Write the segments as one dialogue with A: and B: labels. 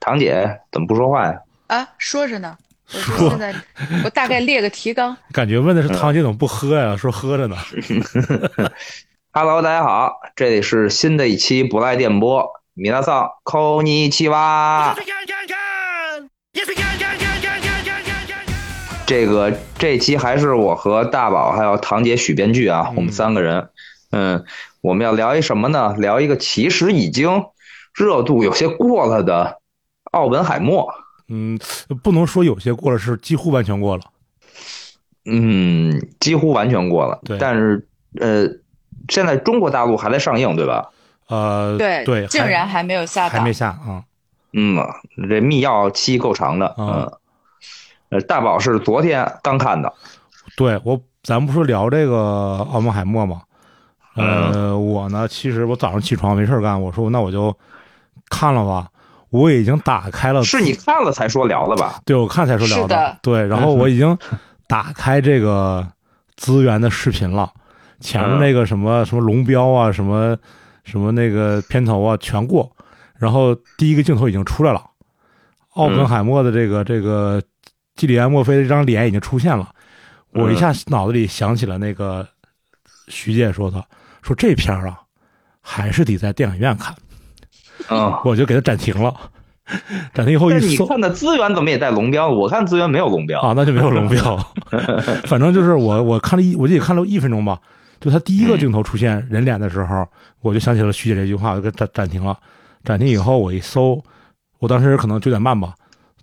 A: 堂姐怎么不说话呀？
B: 啊，说着呢。我就现在，我大概列个提纲。
C: 感觉问的是
A: 嗯
C: 堂姐怎么不喝呀？说喝着呢。
A: Hello，大家好，这里是新的一期不赖电波，米娜桑扣尼七哇。这个这期还是我和大宝还有堂姐许编剧啊，我们三个人，嗯，我们要聊一什么呢？聊一个其实已经热度有些过了的奥本海默。
C: 嗯，不能说有些过了，是几乎完全过了。
A: 嗯，几乎完全过了
C: 对。
A: 但是呃，现在中国大陆还在上映，对吧？
C: 呃，
B: 对
C: 对，
B: 竟
C: 还
B: 然还没有下
C: 还
B: 档
C: 没。下啊。
A: 嗯，这密钥期够长的。
C: 啊
A: 嗯，呃，大宝是昨天刚看的。
C: 对我，咱不是聊这个奥本海默吗？呃，
A: 嗯
C: 我呢，其实我早上起床没事儿干，我说那我就看了吧。我已经打开了，
A: 是你看了才说聊的吧？
C: 对我看才说聊
B: 是的
C: 对，然后我已经打开这个资源的视频了，前面那个什么什么龙标啊，什么什么那个片头啊，全过，然后第一个镜头已经出来了，奥
B: 嗯
C: 本海默的这个这个基里安墨菲的这张脸已经出现了，我
B: 嗯
C: 一下脑子里想起了那个徐姐说的，说这片儿啊。还是得在电影院看，
A: 嗯。
C: 我就给它暂停了。 暂停以后
A: 但
C: 一
A: 是你
C: 搜，
A: 看的资源怎么也带龙标？我看资源没有龙标。
C: 啊，那就没有龙 标。反正就是我我看了一，我就看了一分钟吧。就他第一个镜头出现人脸的时候，我就想起了徐姐这句话，我就给暂暂停了。暂停以后，我一搜，我当时可能九点半吧，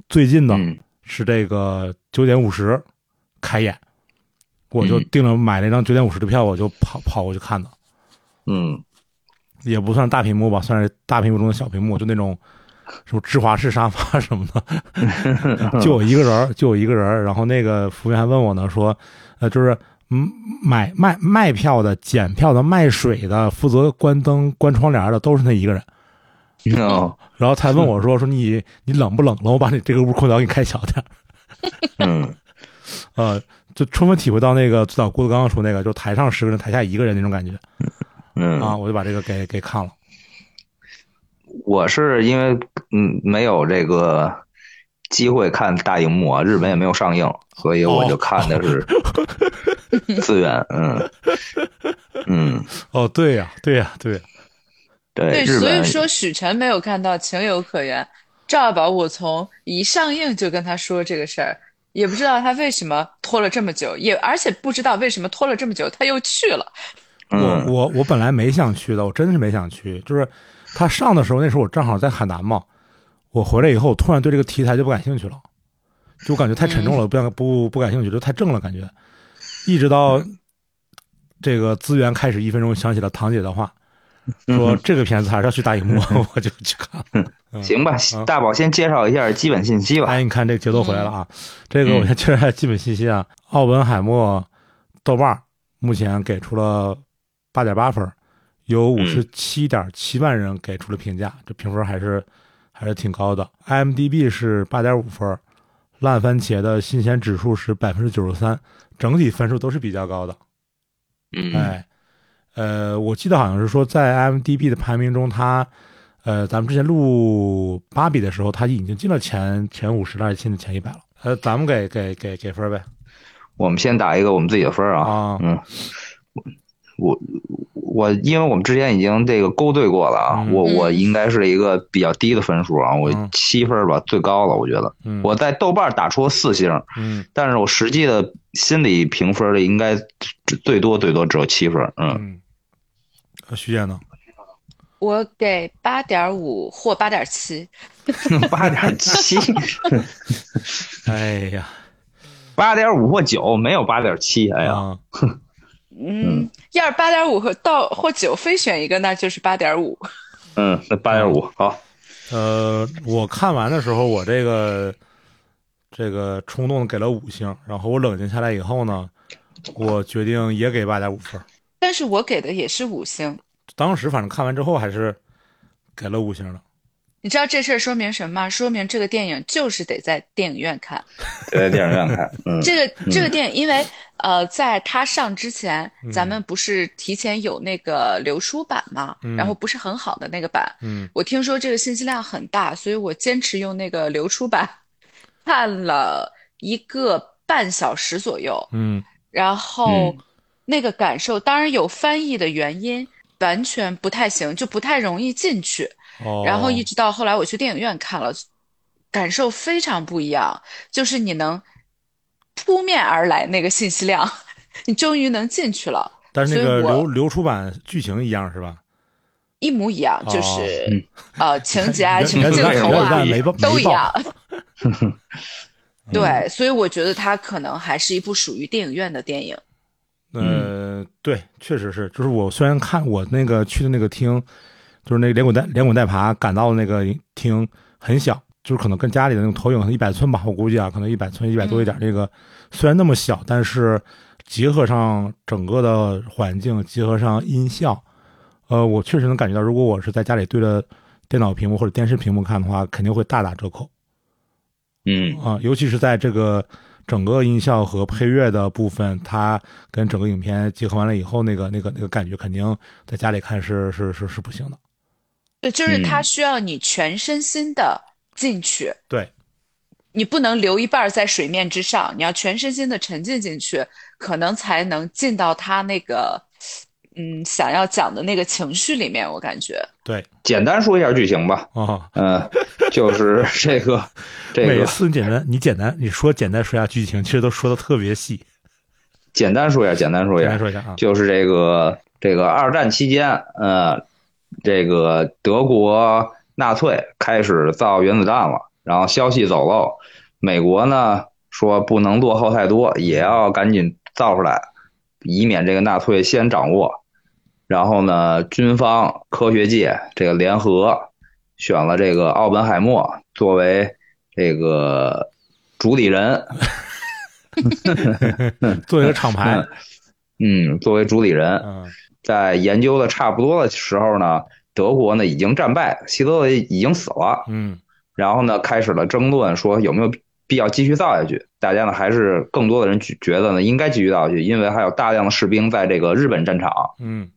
C: 最近的
A: 嗯
C: 是这个九点五十开演，我就
A: 嗯
C: 订了买了一张九点五十的票，我就跑跑过去看的，
A: 嗯
C: 也不算大屏幕吧，算是大屏幕中的小屏幕，就那种什么芝华士沙发什么的，就我一个人儿，就我一个人儿。然后那个服务员还问我呢，说，呃，就是嗯，买卖卖票的、检票的、卖水的、负责关灯、关窗帘的，都是那一个人。
A: 嗯
C: 然后才问我说，说你你冷不冷了？我把你这个屋空调给你开小点儿。
A: 嗯
C: 呃，就充分体会到那个最早郭德纲说那个，就台上十个人，台下一个人那种感觉啊。
A: 嗯，
C: 我就把这个给给看了。
A: 我是因为嗯没有这个机会看大荧幕啊，日本也没有上映，所以
C: 哦
A: 我就看的 是资源。嗯嗯，
C: 哦，对呀、对呀、对呀、
A: 对，
B: 对，
A: 日
B: 所以
A: 本
B: 说许晨没有看到，情有可原。赵宝，我从一上映就跟他说这个事儿，也不知道他为什么拖了这么久，也而且不知道为什么拖了这么久他又去了。
C: 我
A: 嗯
C: 我我本来没想去的，我真是没想去。就是他上的时候，那时候我正好在海南嘛，我回来以后，我突然对这个题材就不感兴趣了，就感觉太沉重了，不想不不感兴趣，就太正了感觉。一直到这个资源开始一分钟，想起了堂姐的话，说这个片子还是要去大荧幕，我就去看了。
A: 行吧
C: 嗯，
A: 大宝先介绍一下基本信息吧。
C: 哎，你看这个节奏回来了啊！这个我先介绍一下基本信息啊。奥本海默豆瓣儿目前给出了八点八分儿，有五十七点七万人给出了评价，这评分还是还是挺高的。IMDB 是八点五分儿，烂番茄的新鲜指数是百分之九十三，整体分数都是比较高的。
A: 嗯
C: 哎，呃，我记得好像是说在 IMDB 的排名中，它，呃，咱们之前录芭比的时候，它已经进了前前五十了，还是进了前一百了。呃，咱们给给给给分儿呗。
A: 我们先打一个我们自己的分儿啊。
C: 啊，
A: 嗯，我我因为我们之前已经这个勾兑过了啊，
C: 嗯
A: 我
B: 嗯
A: 我应该是一个比较低的分数啊，我
C: 嗯
A: 七分儿吧，最高了，我觉得。
C: 嗯，
A: 我在豆瓣打出了四星，
C: 嗯
A: 但是我实际的心理评分儿的应该最最多最多只有七分儿。 嗯
C: 嗯，呃徐姐呢？
B: 我给八点五或八点七，
A: 八点七，
C: 哎呀，
A: 八点五或九，没有八点七。哎呀，
C: 啊，
B: 嗯，要是八点五和到或九非选一个，那就是八点五。
A: 嗯，那八点五好。
C: 呃，我看完的时候，我这个这个冲动给了五星，然后我冷静下来以后呢，我决定也给八点五分儿。
B: 但是我给的也是五星，
C: 当时反正看完之后还是给了五星的。
B: 你知道这事儿说明什么吗？说明这个电影就是得在电影院看。
A: 对，在电影院看，嗯，
B: 这个这个电影，因为呃，在它上之前，咱们不是提前有那个流出版嘛，
C: 嗯
B: 然后不是很好的那个版。
C: 嗯
B: 我听说这个信息量很大，所以我坚持用那个流出版看了一个半小时左右。
C: 嗯
B: 然后
A: 嗯
B: 那个感受，当然有翻译的原因，完全不太行，就不太容易进去。
C: 哦，
B: 然后一直到后来我去电影院看了，感受非常不一样，就是你能扑面而来那个信息量，你终于能进去了，
C: 但是那
B: 所
C: 个
B: 以我
C: 流流出版剧情一样是吧？
B: 一模一样，就
C: 哦
B: 是呃情节啊、
C: 原
B: 什么
C: 原子
B: 镜
C: 弹
B: 头
C: 原子
B: 啊
C: 弹没爆
B: 都
C: 没
B: 一
C: 爆
B: 样。对，所以我觉得它可能还是一部属于电影院的电影。嗯
C: 呃，对，确实是，就是我虽然看我那个去的那个厅，就是那个连滚带连滚带爬赶到的那个厅很小，就是可能跟家里的那种投影一百寸吧，我估计啊，可能一百寸一百多
B: 嗯
C: 一点。这个虽然那么小，但是结合上整个的环境，结合上音效，呃，我确实能感觉到，如果我是在家里对着电脑屏幕或者电视屏幕看的话，肯定会大打折扣。
A: 嗯
C: 啊、尤其是在这个整个音效和配乐的部分，它跟整个影片结合完了以后，那个那个那个感觉，肯定在家里看是是是是不行的。
B: 对，就是它
A: 嗯
B: 需要你全身心的进去，
C: 对，
B: 你不能留一半儿在水面之上，你要全身心的沉浸进去，可能才能进到他那个，嗯，想要讲的那个情绪里面。我感觉，
C: 对
A: 简单说一下剧情吧，
C: 啊、
A: 嗯，就是这个 这
C: 每
A: 个
C: 次你简单，你简单，你说简单说一下剧情，其实都说的特别细。
A: 简单说一下，简单说一
C: 简单
A: 下，
C: 说一下啊，
A: 就是这个这个二战期间，呃，这个德国纳粹开始造原子弹了，然后消息走漏，美国呢说不能落后太多，也要赶紧造出来，以免这个纳粹先掌握。然后呢，军方、科学界这个联合选了这个奥本海默作为这个主理人，
C: 做一个厂牌，
A: 嗯，作为主理人，
C: 嗯
A: 在研究的差不多的时候呢，德国呢已经战败，希特勒已经死了，
C: 嗯
A: 然后呢开始了争论，说有没有必要继续造下去。大家呢还是更多的人觉觉得呢应该继续造下去，因为还有大量的士兵在这个日本战场。
C: 嗯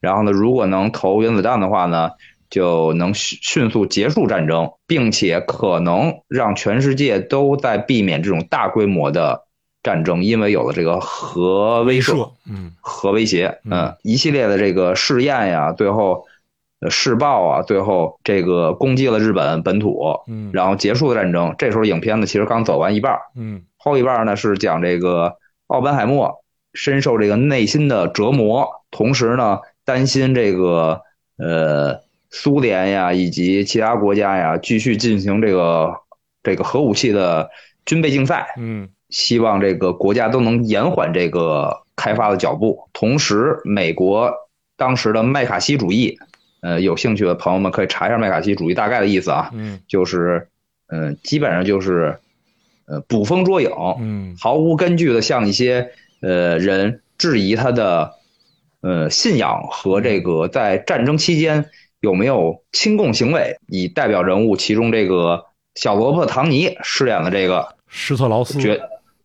A: 然后呢，如果能投原子弹的话呢，就能迅迅速结束战争，并且可能让全世界都在避免这种大规模的战争，因为有了这个核威慑。
C: 说嗯
A: 核威胁，
C: 嗯
A: 嗯，一系列的这个试验呀，最后呃试爆啊，最后这个攻击了日本本土，
C: 嗯
A: 然后结束了战争。这时候影片呢，其实刚走完一半儿，
C: 嗯
A: 后一半儿呢是讲这个奥本海默深受这个内心的折磨，同时呢担心这个呃苏联呀以及其他国家呀继续进行这个这个核武器的军备竞赛，
C: 嗯
A: 希望这个国家都能延缓这个开发的脚步。同时，美国当时的麦卡锡主义，呃，有兴趣的朋友们可以查一下麦卡锡主义大概的意思啊，
C: 嗯
A: 就是，呃，基本上就是，呃，捕风捉影，
C: 嗯
A: 毫无根据的向一些呃人质疑他的呃信仰和这个在战争期间有没有亲共行为，以代表人物，其中这个小罗伯特·唐尼饰演的这个。
C: 施特劳斯，
A: 决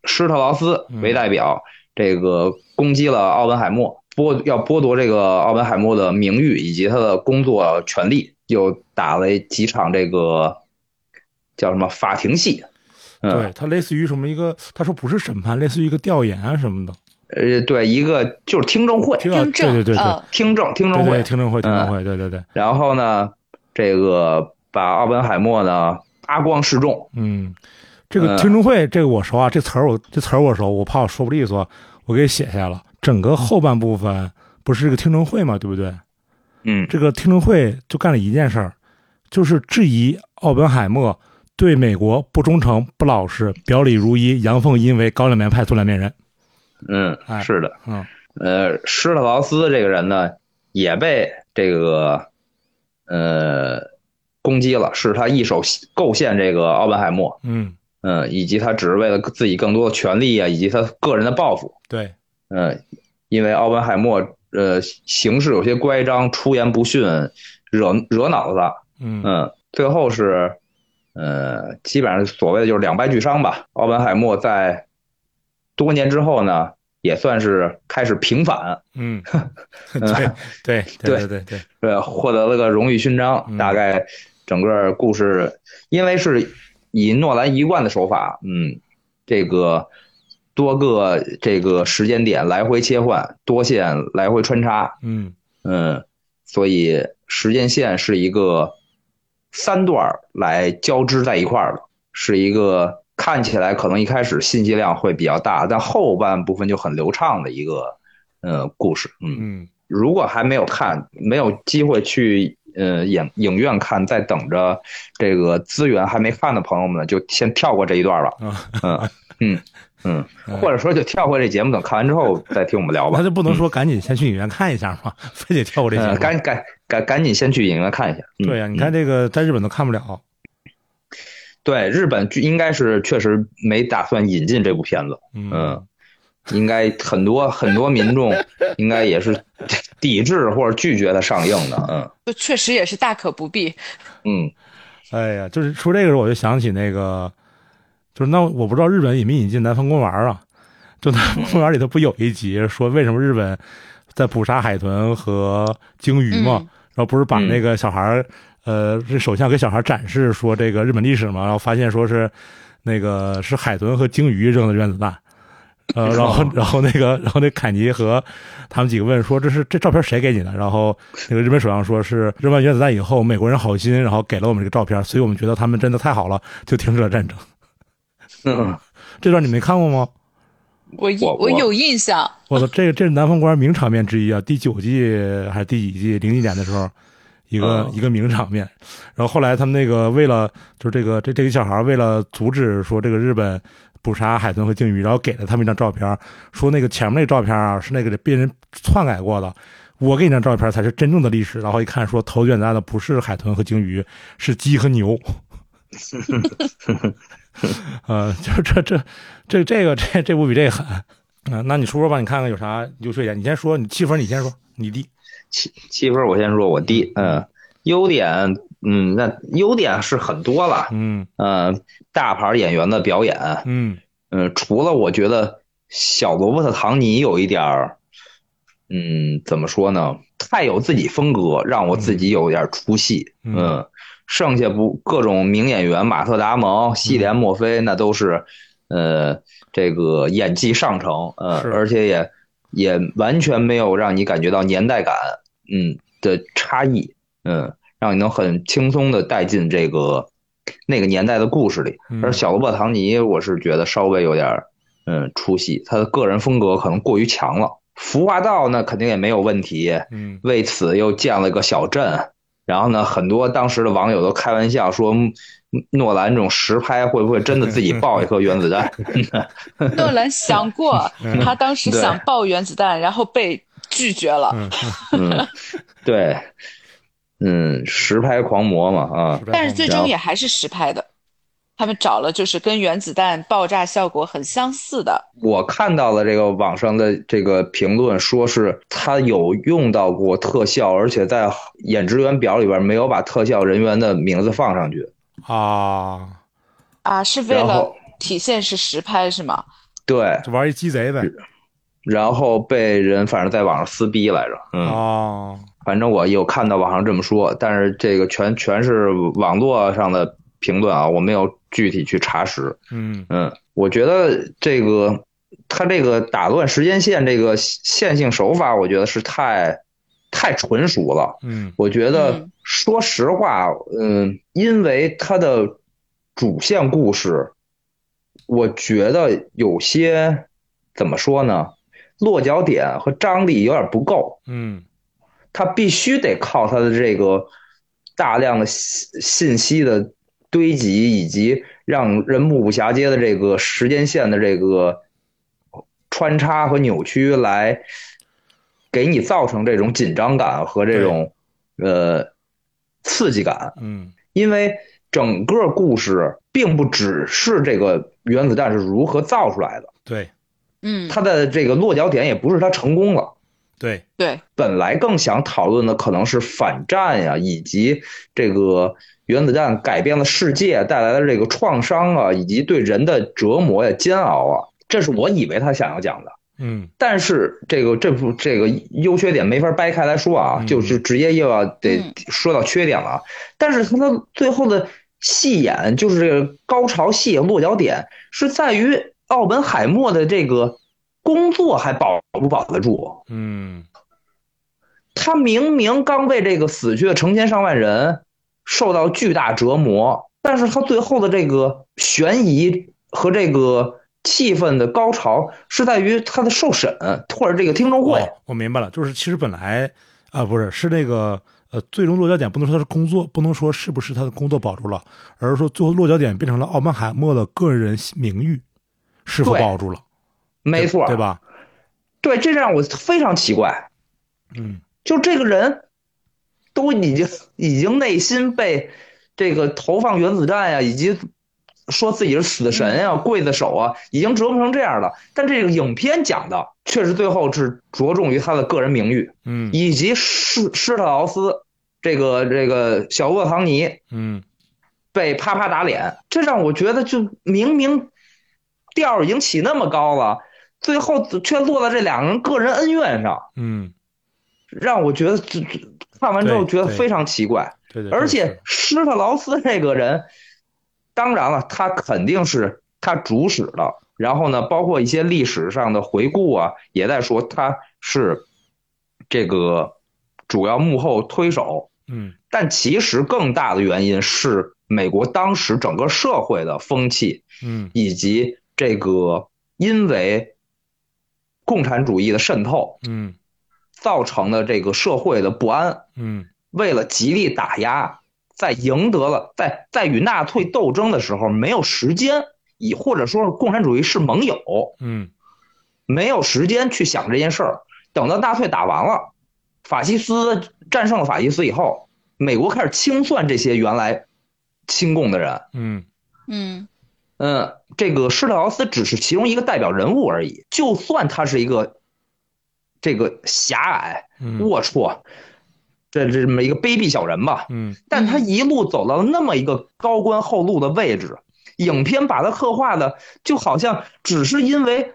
A: 施特劳斯
C: 嗯
A: 为代表，这个攻击了奥本海默，剥要剥夺这个奥本海默的名誉以及他的工作权利，又打了几场这个叫什么法庭戏，
C: 对
A: 嗯，
C: 他类似于什么一个，他说不是审判，类似于一个调研啊什么的，
A: 呃，对，一个就是听证会，
C: 听到
B: 听证
C: 对对对对，
B: 呃
A: 听证听
C: 对
A: 证
C: 对
A: 会，
C: 听证会
A: 嗯
C: 听证会，对对对，
A: 然后呢，这个把奥本海默呢扒光示众，
C: 嗯，这个
A: 嗯
C: 听证会，这个我熟啊，这词儿我这词儿我熟，我怕我说不利索，我给写下了。整个后半部分不是这个听证会嘛，对不对？
A: 嗯，
C: 这个听证会就干了一件事儿，就是质疑奥本海默对美国不忠诚、不老实、表里如一、阳奉阴违、高两面派、做两面人。
A: 嗯
C: 哎，
A: 是的，
C: 嗯，
A: 呃，施特劳斯这个人呢，也被这个呃攻击了，是他一手构陷这个奥本海默，
C: 嗯，
A: 嗯，以及他只是为了自己更多的权利啊，以及他个人的抱负，
C: 对，
A: 嗯，因为奥本海默呃行事有些乖张，出言不逊，惹惹恼了他，
C: 嗯
A: 嗯，最后是，呃，基本上所谓的就是两败俱伤吧。奥本海默在多年之后呢，也算是开始平反，
C: 嗯， 对对对对对，
A: 呃，获得了个荣誉勋章。
C: 嗯
A: 大概整个故事，因为是以诺兰一贯的手法，嗯，这个多个这个时间点来回切换，多线来回穿插，
C: 嗯
A: 嗯，所以时间线是一个三段儿来交织在一块儿的，是一个看起来可能一开始信息量会比较大，但后半部分就很流畅的一个呃故事。嗯，
C: 嗯
A: 如果还没有看，没有机会去呃影影院看，在等着这个资源还没看的朋友们呢，就先跳过这一段吧。
C: 啊，
A: 嗯嗯嗯，
C: 嗯
A: 或者说就跳过这节目，等看完之 后再听我们聊吧
C: 那。就不能说赶紧先去影院看一下吗？ 非得跳过这
A: 呃
C: 些。
A: 赶赶赶赶紧先去影院看一下。嗯
C: 对呀、啊你看这个在日本都看不了，
A: 对，日本就应该是确实没打算引进这部片子，
C: 嗯
A: 嗯，应该很多很多民众应该也是 抵制或者拒绝它上映的，嗯
B: 就确实也是大可不必。
A: 嗯嗯，
C: 哎呀，就是说这个时候我就想起那个，就是那我不知道日本引没引进南方公园啊？就南方公园里头不有一集说为什么日本在捕杀海豚和鲸鱼嘛？
B: 嗯
C: 然后不是把那个小孩儿，呃，这首相给小孩展示说这个日本历史嘛，然后发现说是那个是海豚和鲸鱼扔的原子弹。呃，然后，然后那个，然后那凯尼和他们几个问说：“这是这照片谁给你的？”然后那个日本首相说是扔完原子弹以后，美国人好心，然后给了我们这个照片，所以我们觉得他们真的太好了，就停止了战争。
A: 嗯，
C: 这段你没看过吗？
B: 我一
A: 我
B: 我
A: 我
B: 有印 象，
C: 我操，这个这是南方公园名场面之一啊！第九季还是第几季？零几年的时候，一个、
A: 嗯
C: 一个名场面。然后后来他们那个为了就是这个这这个小孩为了阻止说这个日本捕杀海豚和鲸鱼，然后给了他们一张照片，说那个前面那个照片啊是那个被人篡改过的。我给你张照片才是真正的历史，然后一看说投原子弹的不是海豚和鲸鱼，是鸡和牛。呃，就是这这这这个这这不比这个狠。啊，那你说说吧，你看看有啥优缺点？你先说，你七分，你先说，你低。
A: 七七分我先说，我低，嗯，优点，嗯，那优点是很多了，
C: 嗯
A: 嗯，大牌演员的表演，
C: 嗯
A: 嗯，除了我觉得小罗伯特·唐尼有一点儿，嗯，怎么说呢？太有自己风格，让我自己有点儿出戏。
C: 嗯
A: 嗯，剩下不各种名演员，马特·达蒙、西
C: 嗯
A: 莲·墨菲，那都是，呃，这个演技上乘，呃，
C: 是
A: 而且也也完全没有让你感觉到年代感，嗯的差异，嗯，让你能很轻松的带进这个那个年代的故事里。
C: 嗯
A: 而小罗伯特·唐尼，我是觉得稍微有点儿嗯出戏，他的个人风格可能过于强了。服化道那肯定也没有问题，
C: 嗯
A: 为此又建了个小镇。然后呢，很多当时的网友都开玩笑说，嗯诺兰这种实拍会不会真的自己爆一颗原子弹？
B: 诺兰想过，他当时
A: 嗯对
B: 想爆原子弹，然后被拒绝了。
C: 嗯，
A: 嗯，对，嗯，实拍狂魔嘛啊，
B: 但是最
A: 然
B: 终
A: 后
B: 也还是实拍的。他们找了就是跟原子弹爆炸效果很相似的，
A: 我看到了这个网上的这个评论，说是他有用到过特效，而且在演职员表里边没有把特效人员的名字放上去。
C: 啊，
B: 啊，是为
A: 然
B: 了
A: 后
B: 体现是实拍是吗？
A: 对，
C: 就玩一鸡贼呗。
A: 然后被人反正在网上撕逼来着。嗯，
C: 啊，
A: 反正我有看到网上这么说，但是这个全全是网络上的评论啊，我没有具体去查实。
C: 嗯
A: 嗯，我觉得这个他这个打乱时间线这个线性手法，我觉得是太太纯熟了。
C: 嗯
A: 我觉得
B: 嗯
A: 说实话，嗯，因为它的主线故事，我觉得有些怎么说呢，落脚点和张力有点不够，
C: 嗯
A: 它必须得靠它的这个大量的信信息的堆积，以及让人目不暇接的这个时间线的这个穿插和扭曲，来给你造成这种紧张感和这种呃刺激感。
C: 嗯
A: 因为整个故事并不只是这个原子弹是如何造出来的，
C: 对
B: 嗯，
A: 它的这个落脚点也不是它成功了。
C: 对，
B: 对，
A: 本来更想讨论的可能是反战呀，以及这个原子弹改变了世界带来的这个创伤啊，以及对人的折磨呀、煎熬啊，这是我以为他想要讲的。
C: 嗯
A: 但是这个这部这个优缺点没法掰开来说啊，
C: 嗯
A: 就是直接又要得
B: 嗯
A: 说到缺点了啊。但是它的最后的戏眼，就是这个高潮戏眼落脚点，是在于奥本海默的这个工作还保不保得住？啊
C: 嗯
A: 他明明刚为这个死去的成千上万人受到巨大折磨，但是他最后的这个悬疑和这个气氛的高潮是在于他的受审或者这个听证会。
C: 哦我明白了，就是其实本来啊、不是是那个呃，最终落脚点不能说他是工作，不能说是不是他的工作保住了，而是说最后落脚点变成了奥本海默的个人名誉是否
A: 对
C: 保住了，
A: 没错，
C: 对？吧？
A: 对，这让我非常奇怪，
C: 嗯
A: 就这个人都已经已经内心被这个投放原子弹呀、以及说自己是死神呀、刽子手啊，已经折磨成这样了。但这个影片讲的确实最后是着重于他的个人名誉，
C: 嗯
A: 以及施施特劳斯这个这个小沃唐尼
C: 嗯
A: 被啪啪打脸，这让我觉得就明明调儿已经起那么高了，最后却落在这两个人个人恩怨上，
C: 嗯，
A: 让我觉得这这看完之后
C: 对
A: 觉得
C: 对
A: 非常奇怪。
C: 对对，
A: 而
C: 这个
A: 且
C: 是
A: 施特劳斯这个人，当然了，他肯定是他主使的。然后呢，包括一些历史上的回顾啊，也在说他是这个主要幕后推手。
C: 嗯
A: 但其实更大的原因是美国当时整个社会的风气，
C: 嗯
A: 以及这个因为共产主义的渗透
C: 嗯
A: 造成的这个社会的不安。
C: 嗯
A: 为了极力打压，在赢得了在在与纳粹斗争的时候，没有时间，以或者说是共产主义是盟友，
C: 嗯
A: 没有时间去想这件事儿。等到纳粹打完了，法西斯战胜了法西斯以后，美国开始清算这些原来亲共的人。
C: 嗯
B: 嗯
A: 嗯，这个施特劳斯只是其中一个代表人物而已。就算他是一个这个狭隘、
C: 嗯
A: 龌龊，这这么一个卑鄙小人吧，
C: 嗯
A: 但他一路走到了那么一个高官厚禄的位置，影片把他刻画的就好像只是因为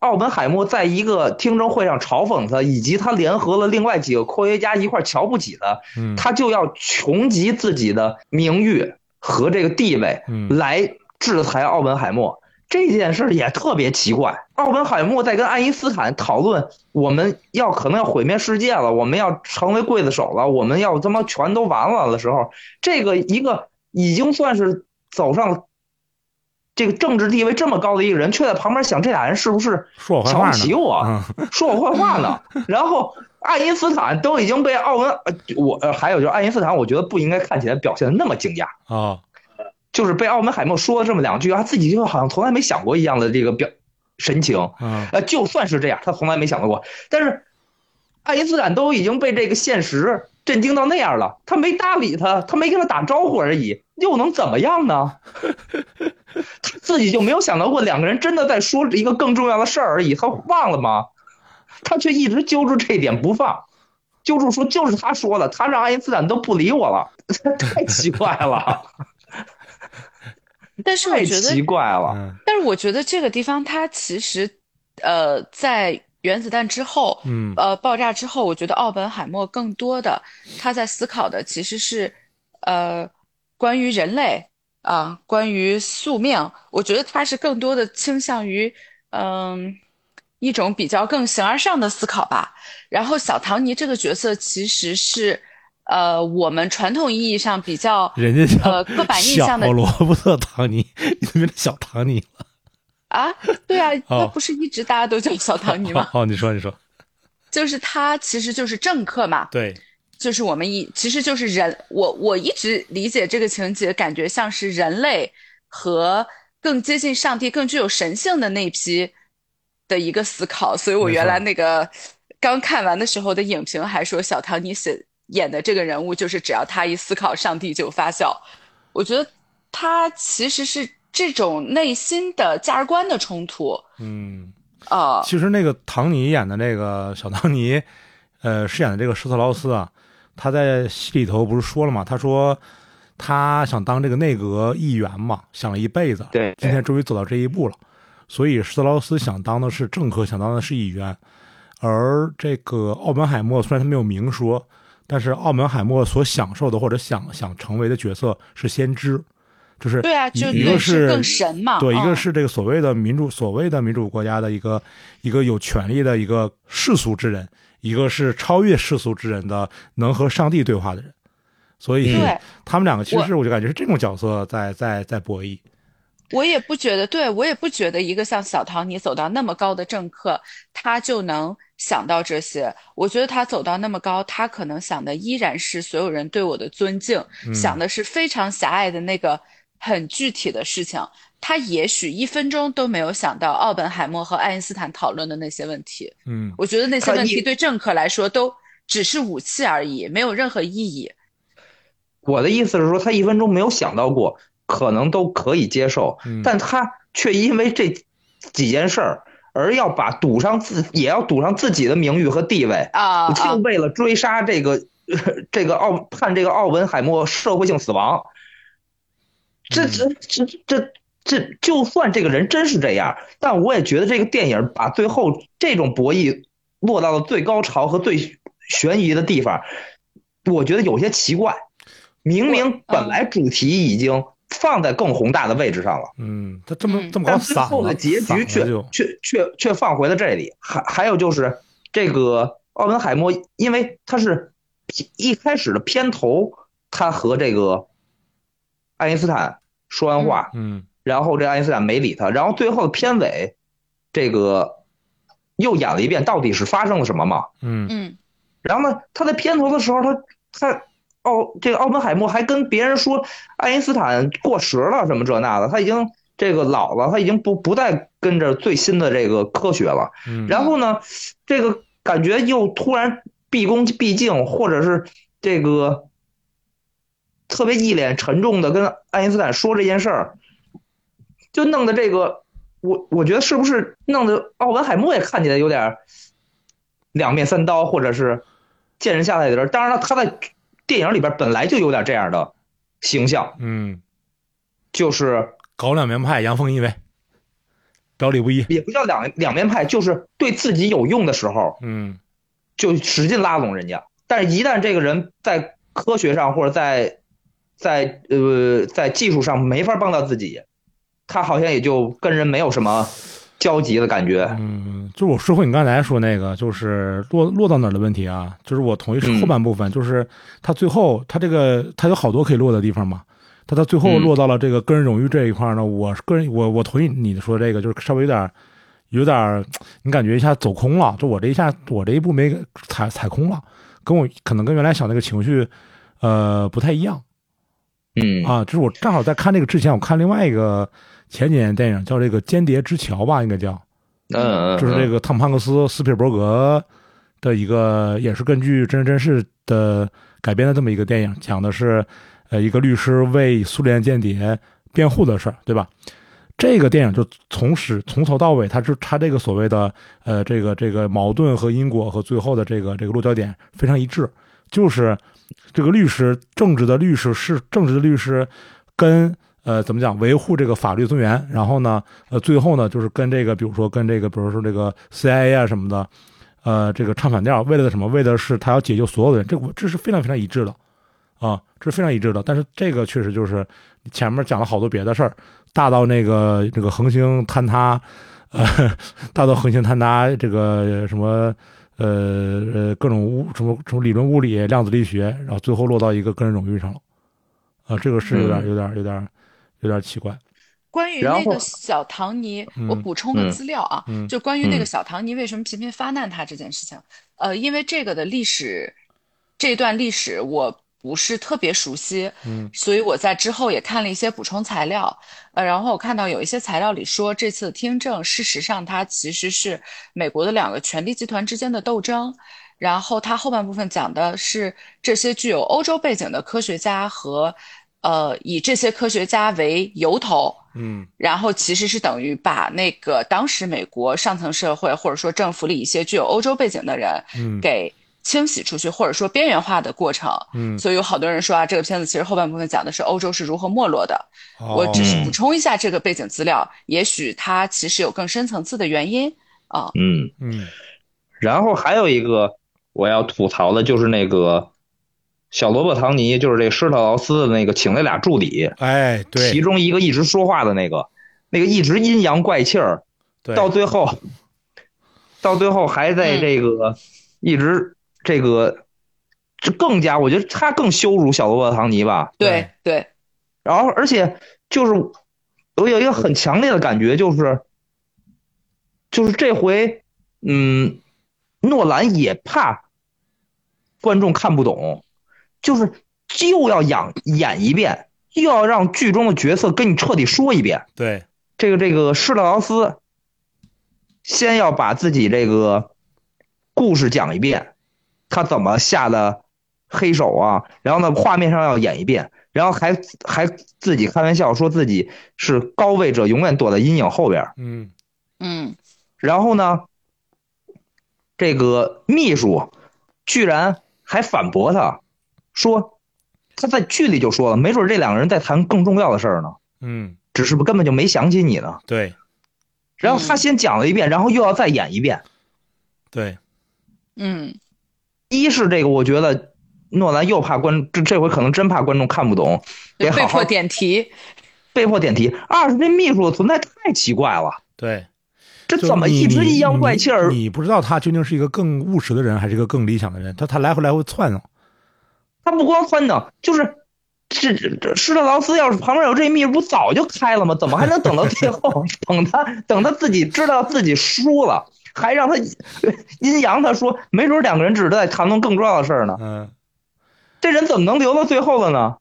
A: 奥本海默在一个听证会上嘲讽他，以及他联合了另外几个科学家一块儿瞧不起他，
C: 嗯，
A: 他就要穷极自己的名誉和这个地位
C: 嗯
A: 来制裁奥本海默。这件事儿也特别奇怪。奥本海默在跟爱因斯坦讨论，我们要可能要毁灭世界了，我们要成为刽子手了，我们要他妈全都完了的时候，这个一个已经算是走上这个政治地位这么高的一个人，却在旁边想这俩人是不是
C: 说我坏
A: 瞧不
C: 话呢，
A: 起我？
C: 嗯
A: 说我坏话 呢。然后爱因斯坦都已经被奥文，呃我呃还有就是爱因斯坦，我觉得不应该看起来表现的那么惊讶，
C: 啊
A: 就是被奥本海默说了这么两句，他自己就好像从来没想过一样的这个表神情。
C: 啊
A: 呃，就算是这样，他从来没想到过。但是爱因斯坦都已经被这个现实震惊到那样了，他没搭理他，他没跟他打招呼而已，又能怎么样呢？ 他自己就没有想到过两个人真的在说一个更重要的事儿而已，他忘了吗？他却一直揪住这一点不放，揪住说就是他说的，他让爱因斯坦都不理我了， 太奇怪了，
B: 但是我
A: 太
B: 觉得
A: 奇怪了。
C: 嗯
B: 但是我觉得这个地方它其实，呃，在原子弹之后，
C: 嗯
B: 呃，爆炸之后，我觉得奥本海默更多的他在思考的其实是，呃，关于人类啊、关于宿命，我觉得他是更多的倾向于，嗯、一种比较更形而上的思考吧。然后小唐尼这个角色其实是，呃，我们传统意义上比较
C: 人家叫
B: 呃刻板印象的
C: 小罗伯特·唐尼，你怎么变成小唐尼了？
B: 啊，对啊，他
C: 哦
B: 不是一直大家都叫小唐尼吗？
C: 哦，你说，你说，
B: 就是他其实就是政客嘛，
C: 对，
B: 就是我们一其实就是人，我我一直理解这个情节，感觉像是人类和更接近上帝、更具有神性的那一批的一个思考，所以我
C: 没错
B: 原来那个刚看完的时候的影评还说小唐尼写演的这个人物就是只要他一思考，上帝就发笑。我觉得他其实是这种内心的价值观的冲突
C: 嗯，
B: 啊、呃
C: 其实那个唐尼演的那个小唐尼，呃，饰演的这个施特劳斯啊，他在戏里头不是说了嘛？他说，他想当这个内阁议员嘛，想了一辈子，
A: 对
C: 今天终于走到这一步了。所以施特劳斯想当的是政客，想当的是议员，而这个奥本海默虽然他没有明说，但是奥本海默所享受的或者想想成为的角色是先知，就是
B: 对啊，
C: 一
B: 就
C: 一个
B: 那
C: 是
B: 更神嘛。
C: 对，一个
B: 嗯
C: 是这个所谓的民主，所谓的民主国家的一个一个有权利的一个世俗之人，一个是超越世俗之人的能和上帝对话的人，所以
B: 对
C: 他们两个其
B: 我
C: 实我就感觉是这种角色在在在博弈。
B: 我也不觉得，对，我也不觉得一个像小唐你走到那么高的政客，他就能想到这些。我觉得他走到那么高，他可能想的依然是所有人对我的尊敬，
C: 嗯
B: 想的是非常狭隘的那个很具体的事情。他也许一分钟都没有想到奥本海默和爱因斯坦讨论的那些问题。
C: 嗯，
B: 我觉得那些
A: 他
B: 问
A: 一
B: 题对政客来说都只是武器而已，没有任何意义。
A: 我的意思是说，他一分钟没有想到过，可能都可以接受，
C: 嗯
A: 但他却因为这几件事儿而要把赌上自，也要赌上自己的名誉和地位，
B: 啊啊
A: 就为了追杀这个 这个奥判这个奥本海默社会性死亡。这这这这这，就算这个人真是这样，但我也觉得这个电影把最后这种博弈落到了最高潮和最悬疑的地方，我觉得有些奇怪。明明本来主题已经放在更宏大的位置上了。
C: 嗯，他这么
B: 嗯
C: 这么搞
A: 但最
C: 散
A: 后
C: 了，
A: 的结
C: 散
A: 局却
C: 了就
A: 却却却放回了这里。还还有就是这个奥本海默，因为他是一开始的片头，他和这个爱因斯坦说完话，
C: 嗯
A: 然后这爱因斯坦没理他，然后最后片尾这个又演了一遍到底是发生了什么嘛。
C: 嗯
B: 嗯，
A: 然后呢，他在片头的时候，他他奥这个奥本海默还跟别人说爱因斯坦过时了什么这那的，他已经这个老了，他已经不不再跟着最新的这个科学了。
C: 嗯，
A: 然后呢，这个感觉又突然毕恭毕敬，或者是这个特别一脸沉重的跟爱因斯坦说这件事儿，就弄得这个我我觉得是不是弄得奥本海默也看起来有点儿两面三刀，或者是见人下菜碟儿。当然了，他在电影里边本来就有点这样的形象，
C: 嗯，
A: 就是
C: 搞两面派，阳奉阴违，表里不一。
A: 也不叫两两面派，就是对自己有用的时候，
C: 嗯
A: 就使劲拉拢人家。但是，一旦这个人在科学上或者在在呃在技术上没法帮到自己，他好像也就跟人没有什么交集的感觉。
C: 嗯，就我说回你刚才说那个，就是落落到哪儿的问题啊？就是我同意是
A: 嗯
C: 后半部分，就是他最后他这个他有好多可以落的地方嘛，他到最后
A: 嗯
C: 落到了这个个人荣誉这一块呢，我是个人我我同意你说这个，就是稍微有点儿有点儿你感觉一下走空了，就我这一下我这一步没踩踩空了，跟我可能跟原来想那个情绪呃不太一样。
A: 嗯
C: 啊，就是我正好在看这个之前，我看另外一个前几年的电影叫这个《间谍之桥》吧，应该叫，
A: 嗯，
C: 就是这
A: 个
C: 个汤姆汉克斯、斯皮尔伯格的一个，也是根据真人真事的改编的这么一个电影，讲的是呃一个律师为苏联间谍辩护的事儿，对吧？这个电影就从始从头到尾，它是它这个所谓的呃这个这个矛盾和因果和最后的这个这个落脚点非常一致，就是这个律师正直的律师是正直的律师跟呃怎么讲维护这个法律尊严，然后呢呃最后呢就是跟这个比如说跟这个比如说这个 CIA 啊什么的，呃这个唱反调，为了什么？为的是他要解救所有的人，这个这是非常非常一致的。啊，这是非常一致的。但是这个确实就是前面讲了好多别的事儿，大到那个这个恒星坍塌， 呃，大到恒星坍塌这个什么呃呃各种物什么什么理论物理、量子力学，然后最后落到一个个人荣誉上了。啊，这个是有点
A: 嗯
C: 有点有点有点奇怪。
B: 关于
A: 然
B: 那个
A: 后
B: 小唐尼，
C: 嗯
B: 我补充个
A: 嗯
B: 资料啊，
C: 嗯
B: 就关于那个
A: 嗯
B: 小唐尼为什么频频发难他这件事情，呃，因为这个的历史，这段历史我不是特别熟悉，
C: 嗯
B: 所以我在之后也看了一些补充材料，呃，然后我看到有一些材料里说，这次听证事实上它其实是美国的两个权力集团之间的斗争，然后它后半部分讲的是这些具有欧洲背景的科学家和，呃，以这些科学家为由头。
C: 嗯
B: 然后其实是等于把那个当时美国上层社会或者说政府里一些具有欧洲背景的人
C: 嗯
B: 给清洗出去，或者说边缘化的过程。
C: 嗯，
B: 所以有好多人说啊，这个片子其实后半部分讲的是欧洲是如何没落的。我只是
A: 哦
B: 补充一下这个背景资料，也许它其实有更深层次的原因啊。
A: 嗯，
C: 嗯
A: 然后还有一个我要吐槽的就是那个小罗伯·唐尼，就是这施特劳斯的那个请那俩助理，
C: 哎
A: 其
C: 对
A: 中一个一直说话的那个，那个一直阴阳怪气儿，
C: 对
A: 到最后，到最后还在这个、一直这个，这更加我觉得他更羞辱小罗伯特唐尼吧。
B: 对对，
A: 然后而且就是我有一个很强烈的感觉，就是就是这回，嗯，诺兰也怕观众看不懂，就是又要演演一遍，又要让剧中的角色跟你彻底说一遍。
C: 对
A: 这个这个施特劳斯，先要把自己这个故事讲一遍，他怎么下的黑手啊，然后呢画面上要演一遍，然后还还自己开玩笑说自己是高位者，永远躲在阴影后边儿。
C: 嗯
B: 嗯
A: 然后呢，这个秘书居然还反驳他，说他在剧里就说了，没准这两个人在谈更重要的事儿呢，
C: 嗯
A: 只是根本就没想起你呢。
C: 对
A: 然
B: 嗯
A: 后他先讲了一遍，然后又要再演一遍。
C: 对
B: 嗯
A: 一是这个，我觉得诺兰又怕观这这回可能真怕观众看不懂，
B: 就
A: 得
B: 被
A: 好
B: 迫
A: 好
B: 点题。
A: 被迫点题。二是这秘书的存在太奇怪了，
C: 对，
A: 这
C: 就
A: 怎么
C: 你
A: 一直
C: 你
A: 阴阳怪
C: 你
A: 气儿？
C: 你不知道他究竟是一个更务实的人，还是一个更理想的人，他他来回来回窜啊，
A: 他不光翻腾，就是这这施特劳斯要是旁边有这秘书，不早就开了吗？怎么还能等到最后？ 等他等他自己知道自己输了，还让他阴阳他说，没准两个人只是在谈论更重要的事儿呢。
C: 嗯、
A: 这人怎么能留到最后了呢？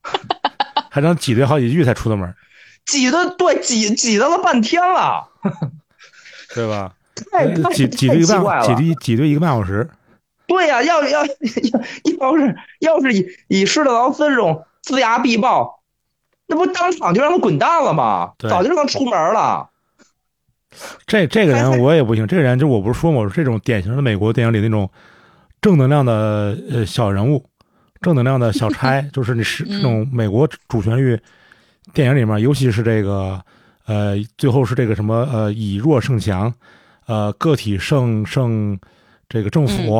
C: 还能挤兑好几句才出的门，
A: 挤的对挤挤的了半天了，
C: 对吧？
A: 太
C: 呃
A: 太
C: 挤挤
A: 太
C: 兑一
A: 奇
C: 个
A: 怪
C: 半挤
A: 了。
C: 兑挤兑一个半小时，
A: 对呀、要要要要是要是以以施特劳斯这种锱铢必报，那不当场就让他滚蛋了吗？
C: 对
A: 早就让他出门了。
C: 这这个
A: 还
C: 人
A: 是
C: 我也不行，这个人就我不是说嘛我是这种典型的美国电影里那种正能量的呃小人物，正能量的小 差，就是你是
B: 嗯
C: 这种美国主旋律电影里面，尤其是这个呃最后是这个什么呃以弱胜强，呃个体胜胜这个政府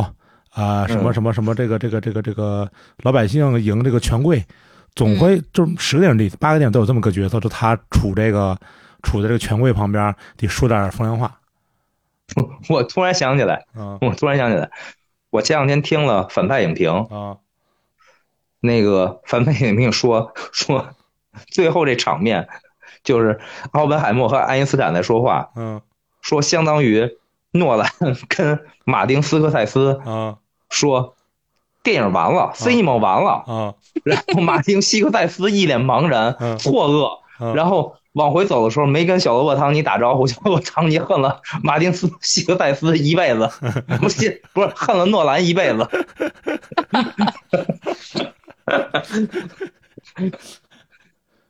C: 啊、什么
A: 嗯
C: 什么什么这个这个这个这个老百姓赢这个权贵，总会就是十个电影里八个电影都有这么个角色，就他处这个处在这个权贵旁边，得说点风凉话。
A: 我突然想起来，
C: 啊
A: 我突然想起来，我前两天听了反派影评，
C: 啊
A: 那个反派影评说说，最后这场面就是奥本海默和爱因斯坦在说话，
C: 嗯
A: 说相当于诺兰 跟马丁斯科塞斯
C: 啊
A: 说电影完了，cinema 完 了，
C: 啊
A: 然后马丁·西克塞斯一脸茫
C: 嗯
A: 然、错愕，
C: 啊！
A: 然后往回走的时候没跟小罗伯·唐尼打招呼，小罗伯·唐尼恨了马丁·斯西克塞斯一辈子，不是不是恨了诺兰一辈子。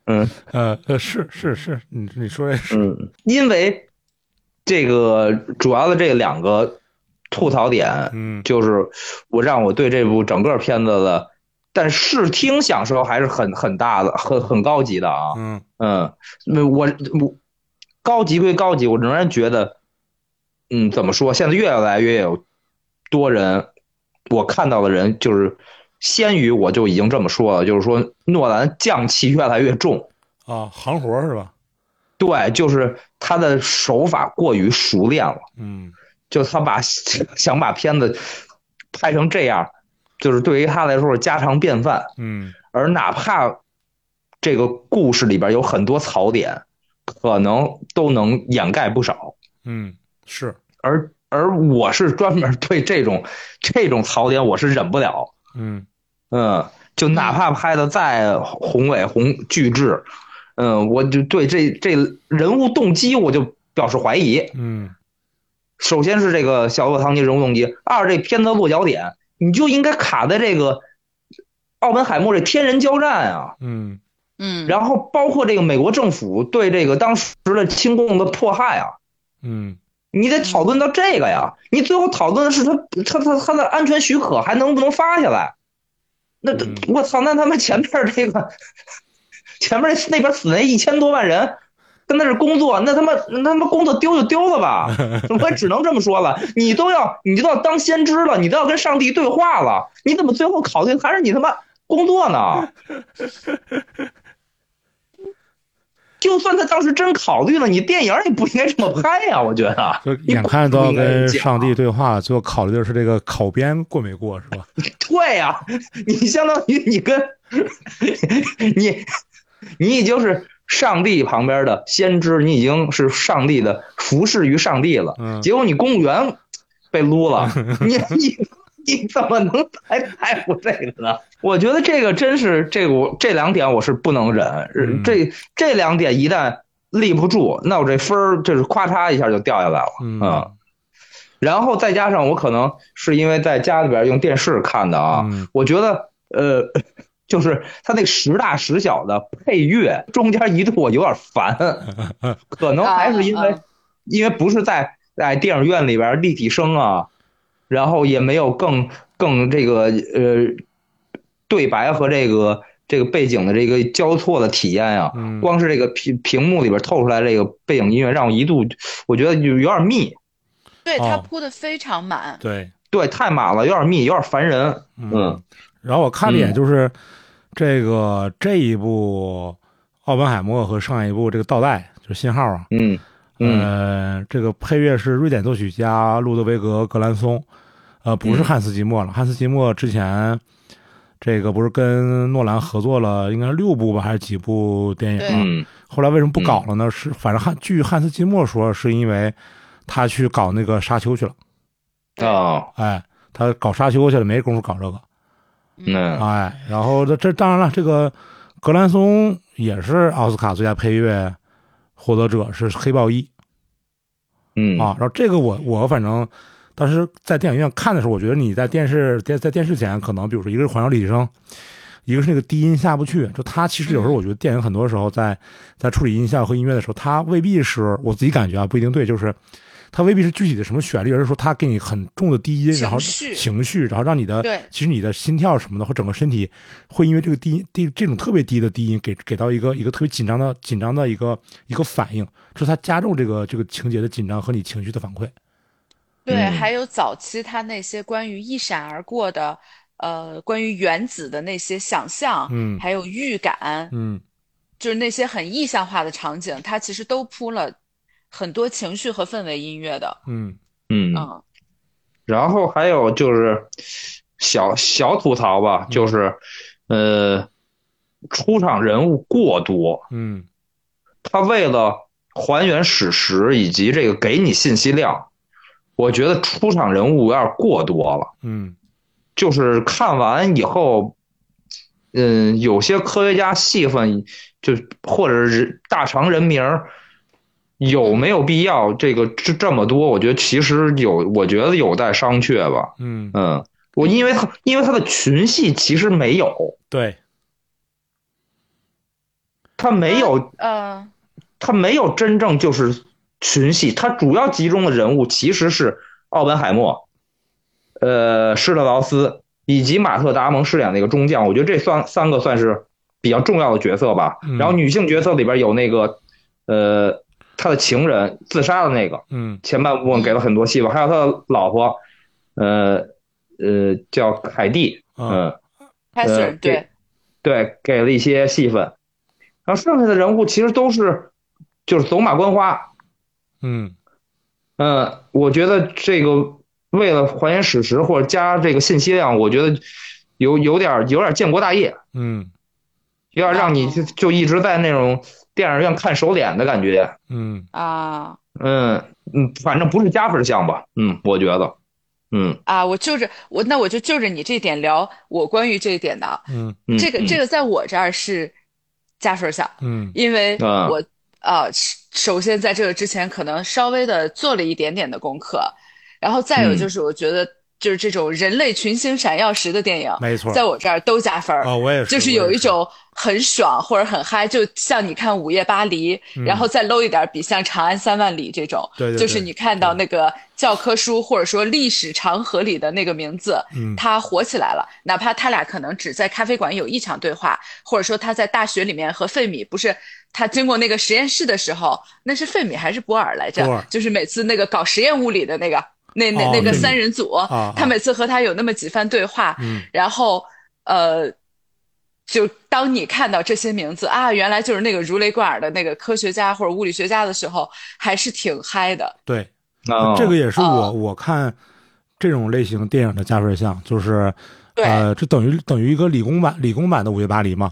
A: 嗯
C: 呃呃是是是，你你说这是
A: 嗯，因为这个主要的这两个吐槽点，
C: 嗯
A: 就是我让我对这部整个片子的，但视听享受还是很很大的，很很高级的啊。
C: 嗯
A: 嗯，那我我高级归高级，我仍然觉得，嗯，怎么说？现在越来越有多人，我看到的人就是先于我就已经这么说了，就是说诺兰匠气越来越重。
C: 啊行活儿是吧？
A: 对，就是他的手法过于熟练了。
C: 嗯
A: 就他把 想把片子拍成这样，就是对于他来说是家常便饭。
C: 嗯
A: 而哪怕这个故事里边有很多槽点，可能都能掩盖不少。
C: 嗯是
A: 而而我是专门对这种这种槽点我是忍不了，
C: 嗯
A: 嗯，就哪怕拍的再宏伟宏巨制，嗯，我就对这这人物动机我就表示怀疑。
C: 嗯
A: 首先是这个小恶堂尼人物动机，二这片子落脚点，你就应该卡在这个奥本海默这天人交战啊，
C: 嗯
B: 嗯，
A: 然后包括这个美国政府对这个当时的亲共的迫害啊，
C: 嗯
A: 你得讨论到这个呀，你最后讨论的是他他他他的安全许可还能不能发下来？那
C: 嗯
A: 我操，那他们前面这个前面那边死那一千多万人，跟那是工作，那他妈那他妈工作丢就丢了 吧，我只能这么说了。你都要你都要当先知了，你都要跟上帝对话了，你怎么最后考虑还是你他妈工作呢？ 就算他当时真考虑了，你电影也不应该这么拍呀、我觉得。
C: 就眼看都要跟上帝对话，最后考虑的是这个考编过没过，是吧？
A: 啊 对呀、你相当于你跟你你已经是上帝旁边的先知，你已经是上帝的服侍于上帝了。
C: 嗯
A: 结果你公务员被撸了， 你你你怎么能还在乎这个呢？我觉得这个真是这个我这两点我是不能忍，
C: 嗯
A: 这这两点一旦立不住，那我这分儿就是咔嚓一下就掉下来了。
C: 嗯
A: 嗯然后再加上我可能是因为在家里边用电视看的啊，
C: 嗯
A: 我觉得呃， 就是他那时大时小的配乐中间一度我有点 烦，可能还是因为、
B: 啊啊
A: 因为不是在在电影院里边立体声啊，然后也没有更更这个呃对白和这个这个背景的这个交错的体验啊呀、
C: 嗯
A: 光是这个屏屏幕里边透出来这个背景音乐，让我一度我觉得有有点密。
B: 对他
C: 哦
B: 铺的非常满，
C: 对，
A: 对，太满了，有点密，有点烦人。嗯，
C: 然后我看了一眼，就是这个这一部奥本海默和上一部这个倒带，就是信号啊，
A: 嗯嗯
C: 呃，这个配乐是瑞典作曲家路德维格·格兰松，呃，不
A: 嗯
C: 是汉斯季默了。汉斯季默之前这个不是跟诺兰合作了，应该是六部吧，还是几部电影啊？
B: 对
A: 嗯
C: 后来为什么不搞了呢？是反正汉据汉斯季默说，是因为他去搞那个沙丘去了，
A: 哦
C: 哎，他搞沙丘去了，没工夫搞这个，
A: 嗯
C: 哎，然后这这当然了，这个格兰松也是奥斯卡最佳配乐获得者，是《黑豹一》
A: 嗯
C: 啊。然后这个我我反正当时在电影院看的时候，我觉得你在电视电在电视前可能，比如说一个是环绕立体声，一个是那个低音下不去。就它其实有时候我觉得电影很多时候在在处理音效和音乐的时候，它未必是我自己感觉啊不一定对，就是它未必是具体的什么旋律，而是说它给你很重的低音，然后
B: 情绪
C: 情绪，然后让你的
B: 对
C: 其实你的心跳什么的和整个身体会因为这个低音低这种特别低的低音给给到一个一个特别紧张的紧张的一个一个反应，就是它加重这个这个情节的紧张和你情绪的反馈。
B: 对，
A: 嗯
B: 还有早期他那些关于一闪而过的，呃，关于原子的那些想象，
C: 嗯
B: 还有预感，
C: 嗯
B: 就是那些很意象化的场景，它其实都铺了很多情绪和氛围音乐的，
C: 嗯
A: 嗯
B: 嗯，
A: 然后还有就是小小吐槽吧，就是呃，出场人物过多，
C: 嗯
A: 他为了还原史实以及这个给你信息量，我觉得出场人物有点过多了。
C: 嗯
A: 就是看完以后，嗯，有些科学家戏份，就或者是大长人名儿，有没有必要这个这这么多？我觉得其实有，我觉得有待商榷吧。
C: 嗯，
A: 嗯，我因为他因为他的群戏其实没有，
C: 对，
A: 他没有
B: 呃，
A: 他没有真正就是群戏，他主要集中的人物其实是奥本海默，呃，施特劳斯以及马特·达蒙饰演那个中将，我觉得这算三个算是比较重要的角色吧
C: 嗯。
A: 然后女性角色里边有那个，呃，他的情人自杀的那个，
C: 嗯
A: 前半部分给了很多戏吧，还有他的老婆，呃呃，叫凯蒂，
C: 啊
A: 嗯、
B: 凯瑟琳，
A: 对
B: 对，
A: 对，给了一些戏份。然后剩下的人物其实都是就是走马观花，
C: 嗯
A: 嗯，我觉得这个为了还原史实或者加这个信息量，我觉得有有点儿有点儿建国大业，
C: 嗯
A: 有点儿让你
B: 哦
A: 就就一直在那种电影院看首脸的感觉。
C: 嗯
B: 啊
A: 嗯嗯，反正不是加分项吧。嗯，我觉得，嗯
B: 啊，我就着我，那我就就着你这点聊我关于这一点的啊，
C: 嗯
A: 嗯，
B: 这个这个在我这儿是加分项，
C: 嗯
B: 因为
A: 啊
B: 我啊、是首先在这个之前可能稍微的做了一点点的功课，然后再有就是我觉得就是这种人类群星闪耀时的电影，
C: 没错
B: 在我这儿都加分儿
C: 啊，我也是，
B: 就是
C: 我
B: 有
C: 也
B: 一种很爽或者很嗨，就像你看《午夜巴黎》然后再 low 一点，比像《长安三万里》这种，
C: 嗯对对对
B: 就是你看到那个教科书或者说历史长河里的那个名字，
C: 嗯
B: 它火起来了。哪怕他俩可能只在咖啡馆有一场对话，或者说他在大学里面和费米不是。他经过那个实验室的时候，那是费米还是博尔来着
C: 博尔？
B: 就是每次那个搞实验物理的那个，那那、
C: 哦
B: 那个
C: 费米
B: 三人组，
C: 啊
B: 他每次和他有那么几番对话，
C: 嗯
B: 然后呃，就当你看到这些名字啊，原来就是那个如雷贯耳的那个科学家或者物理学家的时候，还是挺嗨的。
C: 对，
A: 哦
C: 这个也是我、
B: 哦
C: 我看这种类型电影的加分项，就是
B: 对
C: 呃，这等于等于一个理工版理工版的《午夜巴黎》嘛，